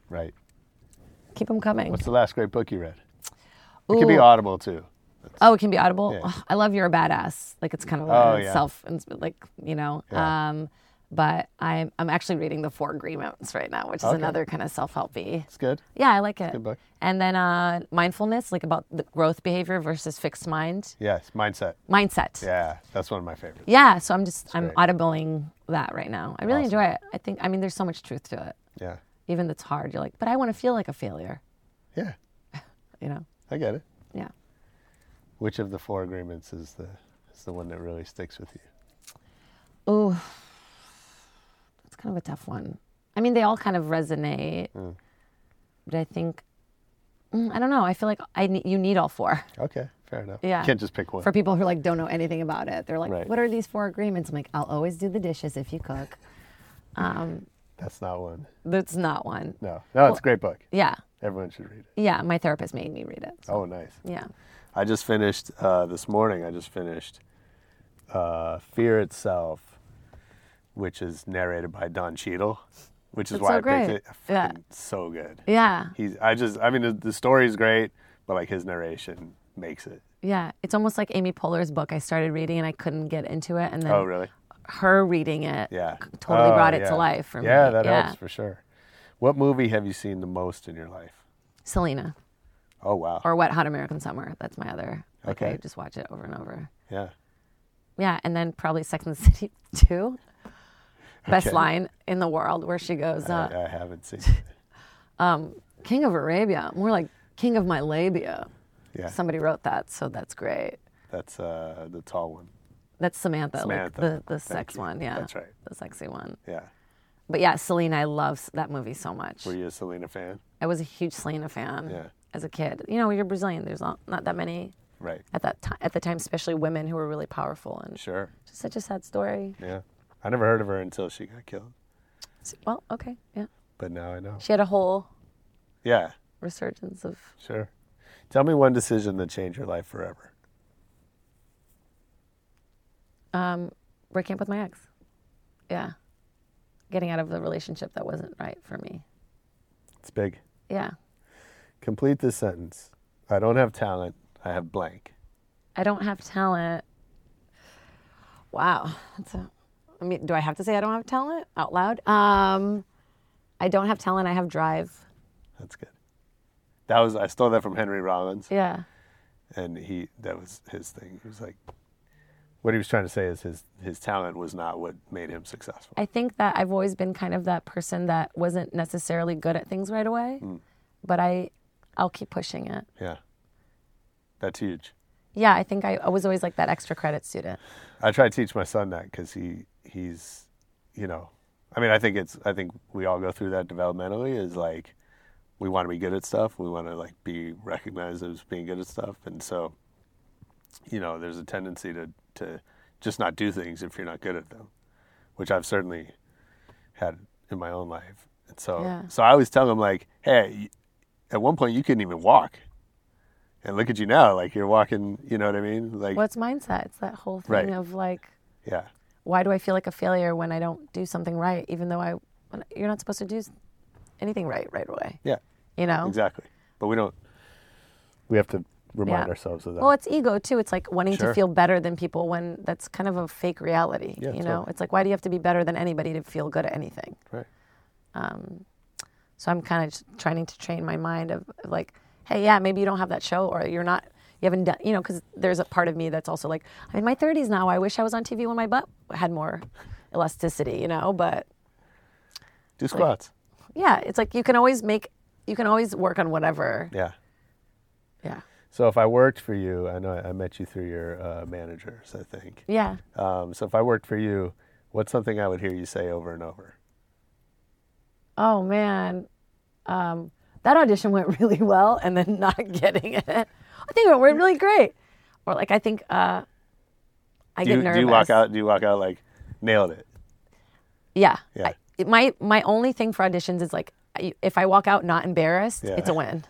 Right.
Keep them coming.
What's the last great book you read? It could be
Ooh.
Audible too.
Oh, it can be audible.
Yeah.
Ugh, I love you're a badass. Like it's kind of
Oh,
like
yeah.
self, like you know.
Yeah.
Um, but I'm I'm actually reading the Four Agreements right now, which is another kind of self-helpy.
It's good.
Yeah, I like it.
good book.
And then uh, mindfulness, like about the growth behavior versus fixed mind
Yes, mindset.
mindset.
Yeah, that's one of my favorites.
Yeah, so I'm just I'm
great.
audibling that right now. I really enjoy it. I think I mean there's so much truth to it.
Yeah.
Even that's hard. You're like, but I want to feel like a failure,
Yeah,
you know.
I get it.
Yeah.
Which of the four agreements is the is the one that really sticks with you?
Ooh. That's kind of a tough one. I mean, they all kind of resonate.
Hmm.
But I think mm, I don't know. I feel like I ne- you need all four.
Okay, fair enough.
Yeah.
You can't just pick one.
For people who like don't know anything about it, they're like,
Right.
"What are these four agreements?" I'm like, "I'll always do the dishes if you cook."
That's not one.
That's not one.
No. No, it's a great book.
Yeah,
Everyone should read it.
yeah. My therapist made me read it.
Oh, nice.
Yeah.
I just finished uh, this morning. I just finished uh, Fear Itself, which is narrated by Don Cheadle, which is
That's
why
so
I
great.
picked it.
Yeah.
Fucking So good.
Yeah.
He's. I just. I mean, the, the story's great, but like his narration makes it.
Yeah, it's almost like Amy Poehler's book. I started reading and I couldn't get into it, and then
Oh, really?
her reading it
Yeah.
c- totally
Oh,
brought it
yeah.
to life for me.
yeah, that helps for sure. What movie have you seen the most in your life?
Selena
Oh wow.
or Wet Hot American Summer. That's my other. Like I
Okay.
just watch it over and over.
yeah.
Yeah, and then probably Sex and the City too. Best
Okay.
line in the world where she goes, uh,
I, I haven't seen. it.
"King of Arabia," more like "King of my labia."
Yeah.
Somebody wrote that, so that's great.
That's uh, the tall one.
That's Samantha,
Samantha.
like the, the
Thank
sex
you.
one. Yeah,
That's right.
the sexy one.
Yeah.
But yeah, Selena, I love s- that movie so much.
Were you a Selena fan?
I was a huge Selena fan
Yeah.
as a kid. You know, you're Brazilian. There's not, not that many
Right.
at that time. At the time, especially women who were really powerful and
Sure.
just such a sad story.
Yeah. I never heard of her until she got killed,
Well, okay, yeah.
but now I know.
She had a whole
Yeah,
resurgence of
sure. Tell me one decision that changed your life forever.
breaking up with my ex. Yeah. Getting out of the relationship that wasn't right for me.
It's big.
Yeah.
Complete this sentence. I don't have talent. I have blank.
I don't have talent. Wow. That's a, I mean, do I have to say I don't have talent out loud? Um, I don't have talent. I have drive.
That's good. That was I stole that from Henry Rollins,
Yeah.
and he that was his thing. He was like, what he was trying to say is his his talent was not what made him successful.
I think that I've always been kind of that person that wasn't necessarily good at things right away,
Hmm.
but I, I'll keep pushing it.
Yeah, that's huge.
Yeah, I think I, I was always like that extra credit student.
I try to teach my son that because he he's you know I mean I think it's I think we all go through that developmentally is like we want to be good at stuff we want to like be recognized as being good at stuff and so you know there's a tendency to to just not do things if you're not good at them which I've certainly had in my own life and so
Yeah.
so I always tell him like hey at one point you couldn't even walk and look at you now like you're walking you know what I mean like
What's mindset? It's that whole thing
Right.
of like,
yeah
why do I feel like a failure when I don't do something right, even though I, when- you're not supposed to do s- anything right right away.
yeah
You know?
Exactly. But we don't. We have to
Yeah.
remind ourselves of that.
Well, it's ego too. It's like wanting to
Sure.
feel better than people when that's kind of a fake reality.
Yeah,
you know,
totally.
it's like why do you have to be better than anybody to feel good at anything?
right.
So I'm kind of just trying to train my mind of of like, hey, yeah, maybe you don't have that show or you're not, you haven't done, you know, because there's a part of me that's also like, I'm in my 30s now. I wish I was on TV when my butt had more elasticity, you know. But
Do squats.
yeah, it's like you can always make, you can always work on whatever.
yeah.
Yeah.
So if I worked for you, I know I met you through your uh, managers, I think.
Yeah.
Um, so if I worked for you, what's something I would hear you say over and over?
Oh man, um, that audition went really well, and then not getting it. I think it went really great. Or like I think uh, I
Do
get
you,
nervous.
do you walk out? Do you walk out like nailed it?
Yeah.
Yeah.
I- it- my my only thing for auditions is like I- if I walk out not embarrassed,
Yeah.
it's a win.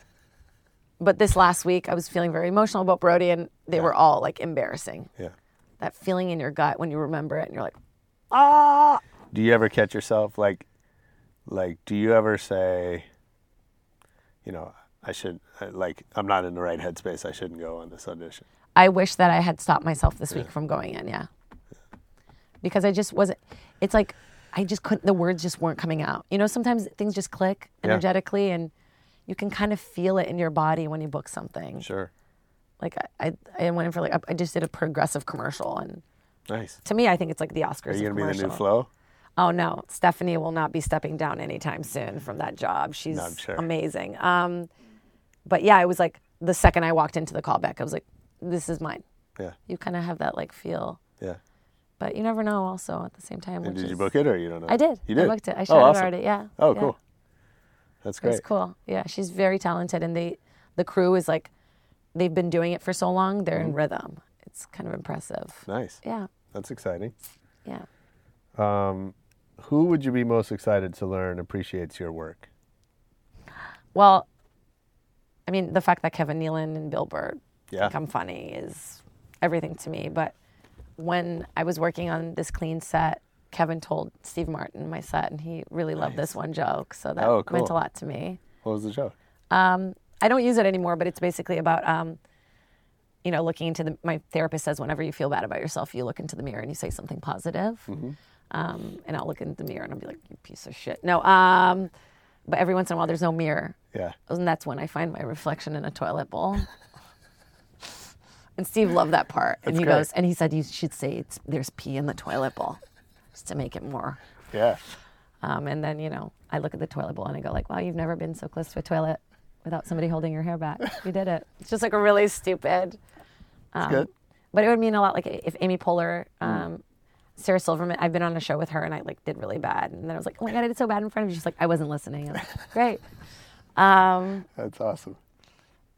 But this last week, I was feeling very emotional about Brody, and they were all like embarrassing.
Yeah.
That feeling in your gut when you remember it, and you're like,
Do you ever catch yourself like, like? Do you ever say, you know, I should I- like I'm not in the right headspace. I shouldn't go on this audition.
I wish that I had stopped myself this week from going in, yeah. Because I just wasn't it's like I just couldn't the words just weren't coming out. You know, sometimes things just click
Yeah.
energetically and you can kind of feel it in your body when you book something.
Sure.
Like I I, I went in for like I just did a progressive commercial and
Nice.
to me I think it's like the Oscars.
Are you
of
gonna be the new
commercial.
flow?
Oh no, Stephanie will not be stepping down anytime soon from that job. She's
I'm sure.
amazing. Um, but yeah, it was like the second I walked into the callback, I was like, "This is mine."
Yeah.
You kind of have that like feel,
Yeah.
but you never know. Also, at the same time,
And
which
did you
is-
book it or you don't know?
I did.
You did.
I booked it. I
Oh,
shot
awesome.
it already. Yeah.
Oh,
Yeah.
cool. That's
It
great.
was cool. Yeah, she's very talented, and they, the crew is like, they've been doing it for so long. They're in rhythm. It's kind of impressive.
Mm-hmm. Nice.
Yeah.
That's exciting.
Yeah.
Who would you be most excited to learn appreciates your work?
Well, I mean, the fact that Kevin Nealon and Bill Bird
Yeah.
think I'm funny is everything to me. But when I was working on this clean set, Kevin told Steve Martin my set, and he really loved this one joke. So that
Oh, cool.
meant a lot to me. Um,
What was the joke?
I don't use it anymore, but it's basically about, um, you know, looking into the. My therapist says whenever you feel bad about yourself, you look into the mirror and you say something positive.
Mm-hmm.
Um, and I'll look in the mirror and I'll be like, "You piece of shit." No, um, but every once in a while, there's no mirror,
Yeah.
and that's when I find my reflection in a toilet bowl. and Steve loved that part, and
That's
he
great.
goes, and he said, "You should say it's, there's pee in the toilet bowl, just to make it more."
Yeah.
Um, and then, you know, I look at the toilet bowl and I go like, wow, you've never been so close to a toilet without somebody holding your hair back. You did it. It's just like a really stupid.
That's good.
But it would mean a lot like if Amy Poehler,
Mm.
um, Sarah Silverman, I've been on a show with her and I like did really bad. And then I was like, oh my God, I did so bad in front of you. She's like, I wasn't listening. I'm like, Great. Um,
That's awesome.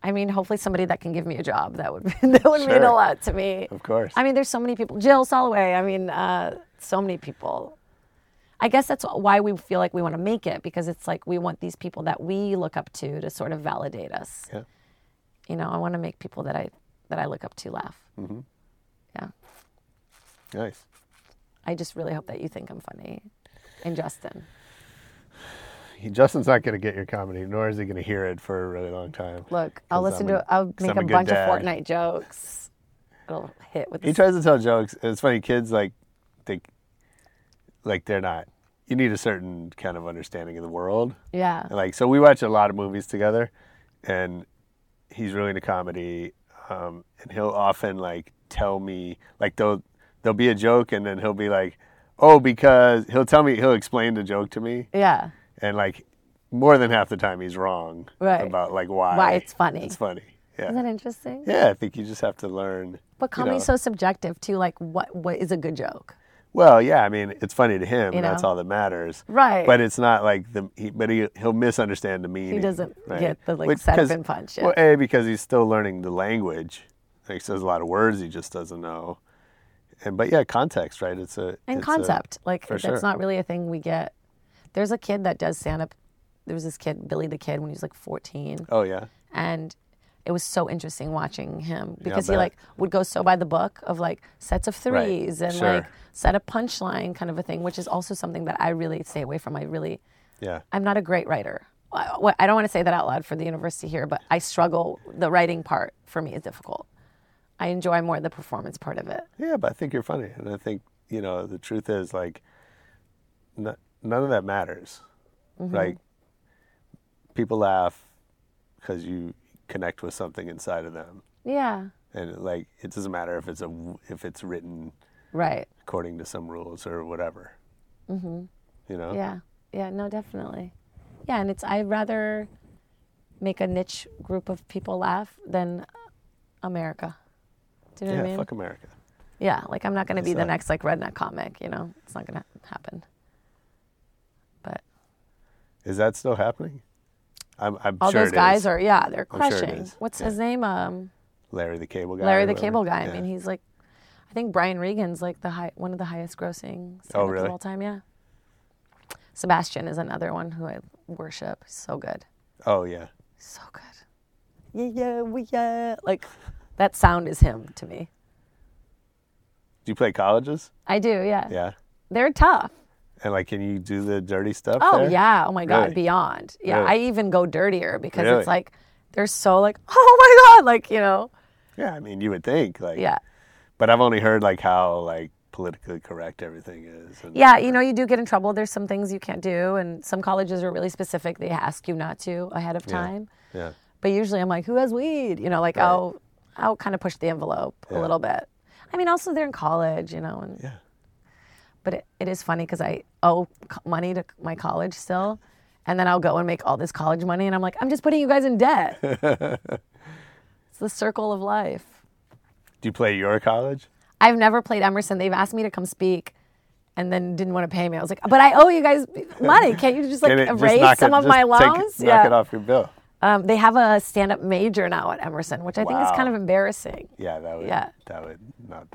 I mean, hopefully somebody that can give me a job. That would, that would mean
Sure.
a lot to me.
Of course.
I mean, there's so many people. Jill Soloway. I mean, uh, so many people. I guess that's why we feel like we want to make it because it's like we want these people that we look up to to sort of validate us.
Yeah.
You know, I want to make people that I that I look up to laugh.
Mm-hmm.
Yeah.
Nice.
I just really hope that you think I'm funny, and Justin.
He, Justin's not going to get your comedy, nor is he going to hear it for a really long time.
Look, I'll
'Cause
listen
I'm a-
to. I'll
'cause
make
I'm
a,
a good
bunch
dad.
of Fortnite jokes. It'll hit with.
He
the-
tries to tell jokes. and It's funny, kids like think like they're not. You need a certain kind of understanding of the world.
yeah.
And, like so we watch a lot of movies together and he's really into comedy um, and he'll often like tell me like they'll there'll be a joke and then he'll be like oh because he'll tell me he'll explain the joke to me
Yeah.
and like more than half the time he's wrong
Right.
about like why
Why it's funny.
it's funny yeah
Isn't that interesting?
yeah i think you just have to learn
But
you know.
comedy's so subjective too. Like, what what is a good joke?
Well, yeah, I mean, it's funny to him,
You
and that's
know?
all that matters.
Right.
But it's not like the he, but he he'll misunderstand the meaning.
doesn't get the, like, setup
'cause-
and punch, yeah.
Well, a because he's still learning the language. Like so there's a lot of words he just doesn't know, and but yeah, context, right? It's a
And
it's a-
concept. like,
for
that's
sure.
not really a thing we get. There's a kid that does stand up. There was this kid, Billy the Kid, when he was like 14.
oh yeah,
and it was so interesting watching him because he
bet.
like would go so by the book of like sets of threes and
Sure.
like set a punchline kind of a thing, which is also something that I really stay away from. I really,
yeah.
I'm not a great writer. I, wh- I don't want to say that out loud for the university here, but I struggle. The writing part for me is difficult. I enjoy more the performance part of it.
Yeah, but I think you're funny, and I think you know the truth is like, n- none of that matters.
Mm-hmm.
Like, people laugh because you connect with something inside of them,
Yeah.
and like it doesn't matter if it's a if it's written
Right.
according to some rules or whatever. Mm-hmm. You know.
Yeah. Yeah. No, definitely. Yeah. And it's, I'd rather make a niche group of people laugh than America. Do you know
Yeah.
what I mean?
Fuck America.
Yeah. Like, I'm not going to be the
Exactly.
next, like, redneck comic, you know? It's not going to happen. But
Is that still happening? I'm. I'm
all
sure
those
it
guys
is.
are, yeah, they're
I'm sure it
crushing.
is.
What's
Yeah.
his name? Um,
Larry the Cable Guy.
Larry
or
the
whatever.
Cable Guy. I
Yeah.
mean, he's like, I think Brian Regan's like the high, one of the highest grossing stand-ups of
Oh, really?
all time. Yeah. Sebastian is another one who I worship. He's so good.
Oh yeah.
so good. Yeah, yeah, we, yeah. Like, that sound is him to me.
Do you play colleges?
I do, yeah.
Yeah.
They're tough.
And like, can you do the dirty stuff?
Oh,
there?
yeah. Oh, my God.
Really?
Beyond. Yeah.
Really?
I even go dirtier because
Really?
it's like, they're so like, oh, my God. Like, you know,
Yeah. I mean, you would think like.
yeah.
But I've only heard like how like politically correct everything is. And
Yeah, you know, you do get in trouble. There's some things you can't do, and some colleges are really specific. They ask you not to ahead of time.
Yeah.
But usually I'm like, who has weed? You know, like, I'll, I'll kind of push the envelope a
Yeah.
little bit. I mean, also, they're in college, you know, and
Yeah.
but it, it is funny because I owe co- money to my college still, and then I'll go and make all this college money, and I'm like, I'm just putting you guys in debt. it's the circle of life.
Do you play your college?
I've never played Emerson. They've asked me to come speak, and then didn't want to pay me. I was like, but I owe you guys money. Can't you just like
Can it just
erase
knock
some
it-
of my
just take-
loans?
Knock it off your bill.
Um, they have a stand-up major now at Emerson, which I think is
Wow.
kind of embarrassing.
Yeah, that would.
Yeah.
That would not.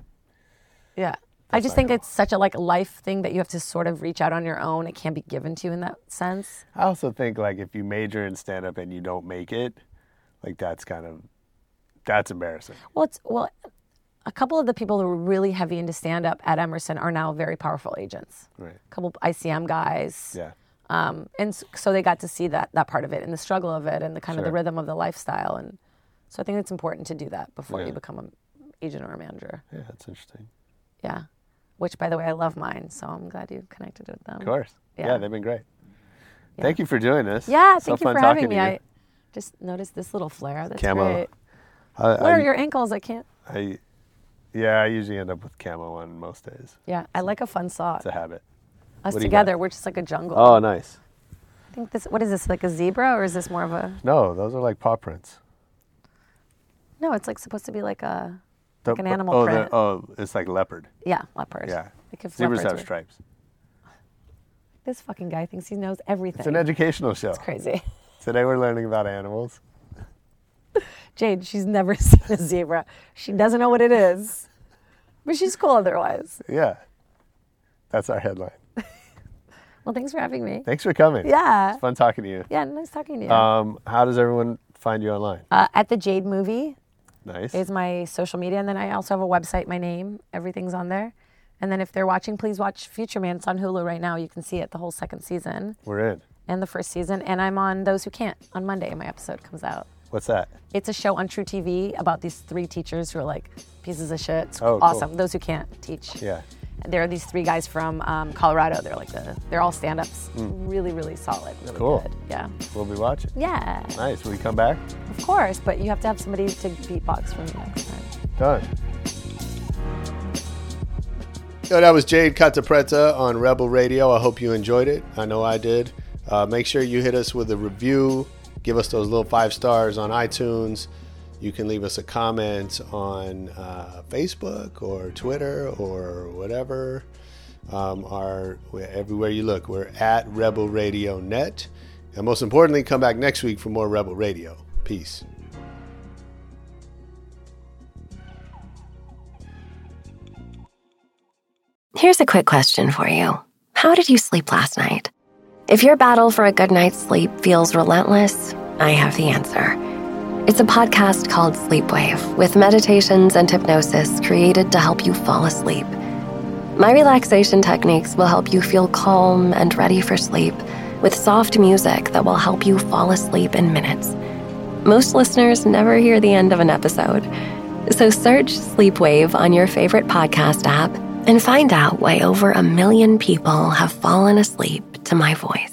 Yeah. I just think it's such a like life thing that you have to sort of reach out on your own. It can't be given to you in that sense.
I also think like if you major in stand up and you don't make it, like that's kind of that's embarrassing.
Well, it's well, a couple of the people who were really heavy into stand up at Emerson are now very powerful agents.
Right.
A couple ICM guys.
Yeah.
Um, and s- so they got to see that that part of it and the struggle of it and the kind of the
Sure.
rhythm of the lifestyle. And so I think it's important to do that before you become an agent or a manager.
Yeah, that's interesting.
Yeah. Which, by the way, I love mine, so I'm glad you connected with them.
Of course. Yeah,
Yeah.
they've been great. Thank you for doing this.
Yeah,
So
thank you
fun
for
talking
having me.
to
I just noticed this little flare. That's
Camo. Uh,
great.
I, I,
What are your ankles? I can't.
I- yeah, I usually end up with camo on most days.
Yeah, I like a fun sock.
It's a habit.
Us
what do you got?
together, we're just like a jungle.
Oh, nice.
I think this. What is this? Like a zebra, or is this more of a?
No, those are like paw prints.
No, it's like supposed to be like a.
The-
Like an animal
oh,
print.
The, oh, it's like leopard.
Yeah, leopard.
Yeah.
Like if
Zebras
leopards
have
were-
stripes.
This fucking guy thinks he knows everything.
It's an educational show.
Crazy.
Today we're learning about animals.
Jade, she's never seen a zebra. She doesn't know what it is, but she's cool otherwise.
Yeah. That's our headline.
Well, thanks for having me.
Thanks for coming.
Yeah.
It's fun talking to you.
Yeah, nice talking to you.
Um, how does everyone find you online?
uh, at the Jade Movie
Nice.
is my social media, and then I also have a website. My name, everything's on there. And then if they're watching, please watch Future Man. It's on Hulu right now. You can see it the whole second season
We're in.
and the first season. And I'm on Those Who Can't on Monday. My episode comes out.
What's that?
It's a show on True TV about these three teachers who are like pieces of shit. It's
Oh, cool.
awesome. Those who can't teach.
Yeah.
There are these three guys from um, Colorado. They're like the, they're all stand-ups. Really, really solid. Really
Hmm. Cool.
good. Yeah.
We'll be watching.
Yeah,
Nice. Will you come back?
of course. But you have to have somebody to beatbox for me next time.
Done. Yo, that was Jade Catapreta on Rebel Radio. I hope you enjoyed it. I know I did. Uh, make sure you hit us with a review. Give us those little five stars on iTunes. You can leave us a comment on uh, Facebook or Twitter or whatever. Um, our we're everywhere you look, we're at Rebel Radio Net. And most importantly, come back next week for more Rebel Radio. Peace.
Here's a quick question for you How did you sleep last night? If your battle for a good night's sleep feels relentless, I have the answer. It's a podcast called Sleepwave with meditations and hypnosis created to help you fall asleep. My relaxation techniques will help you feel calm and ready for sleep with soft music that will help you fall asleep in minutes. Most listeners never hear the end of an episode. So search Sleepwave on your favorite podcast app and find out why over a million people have fallen asleep to my voice.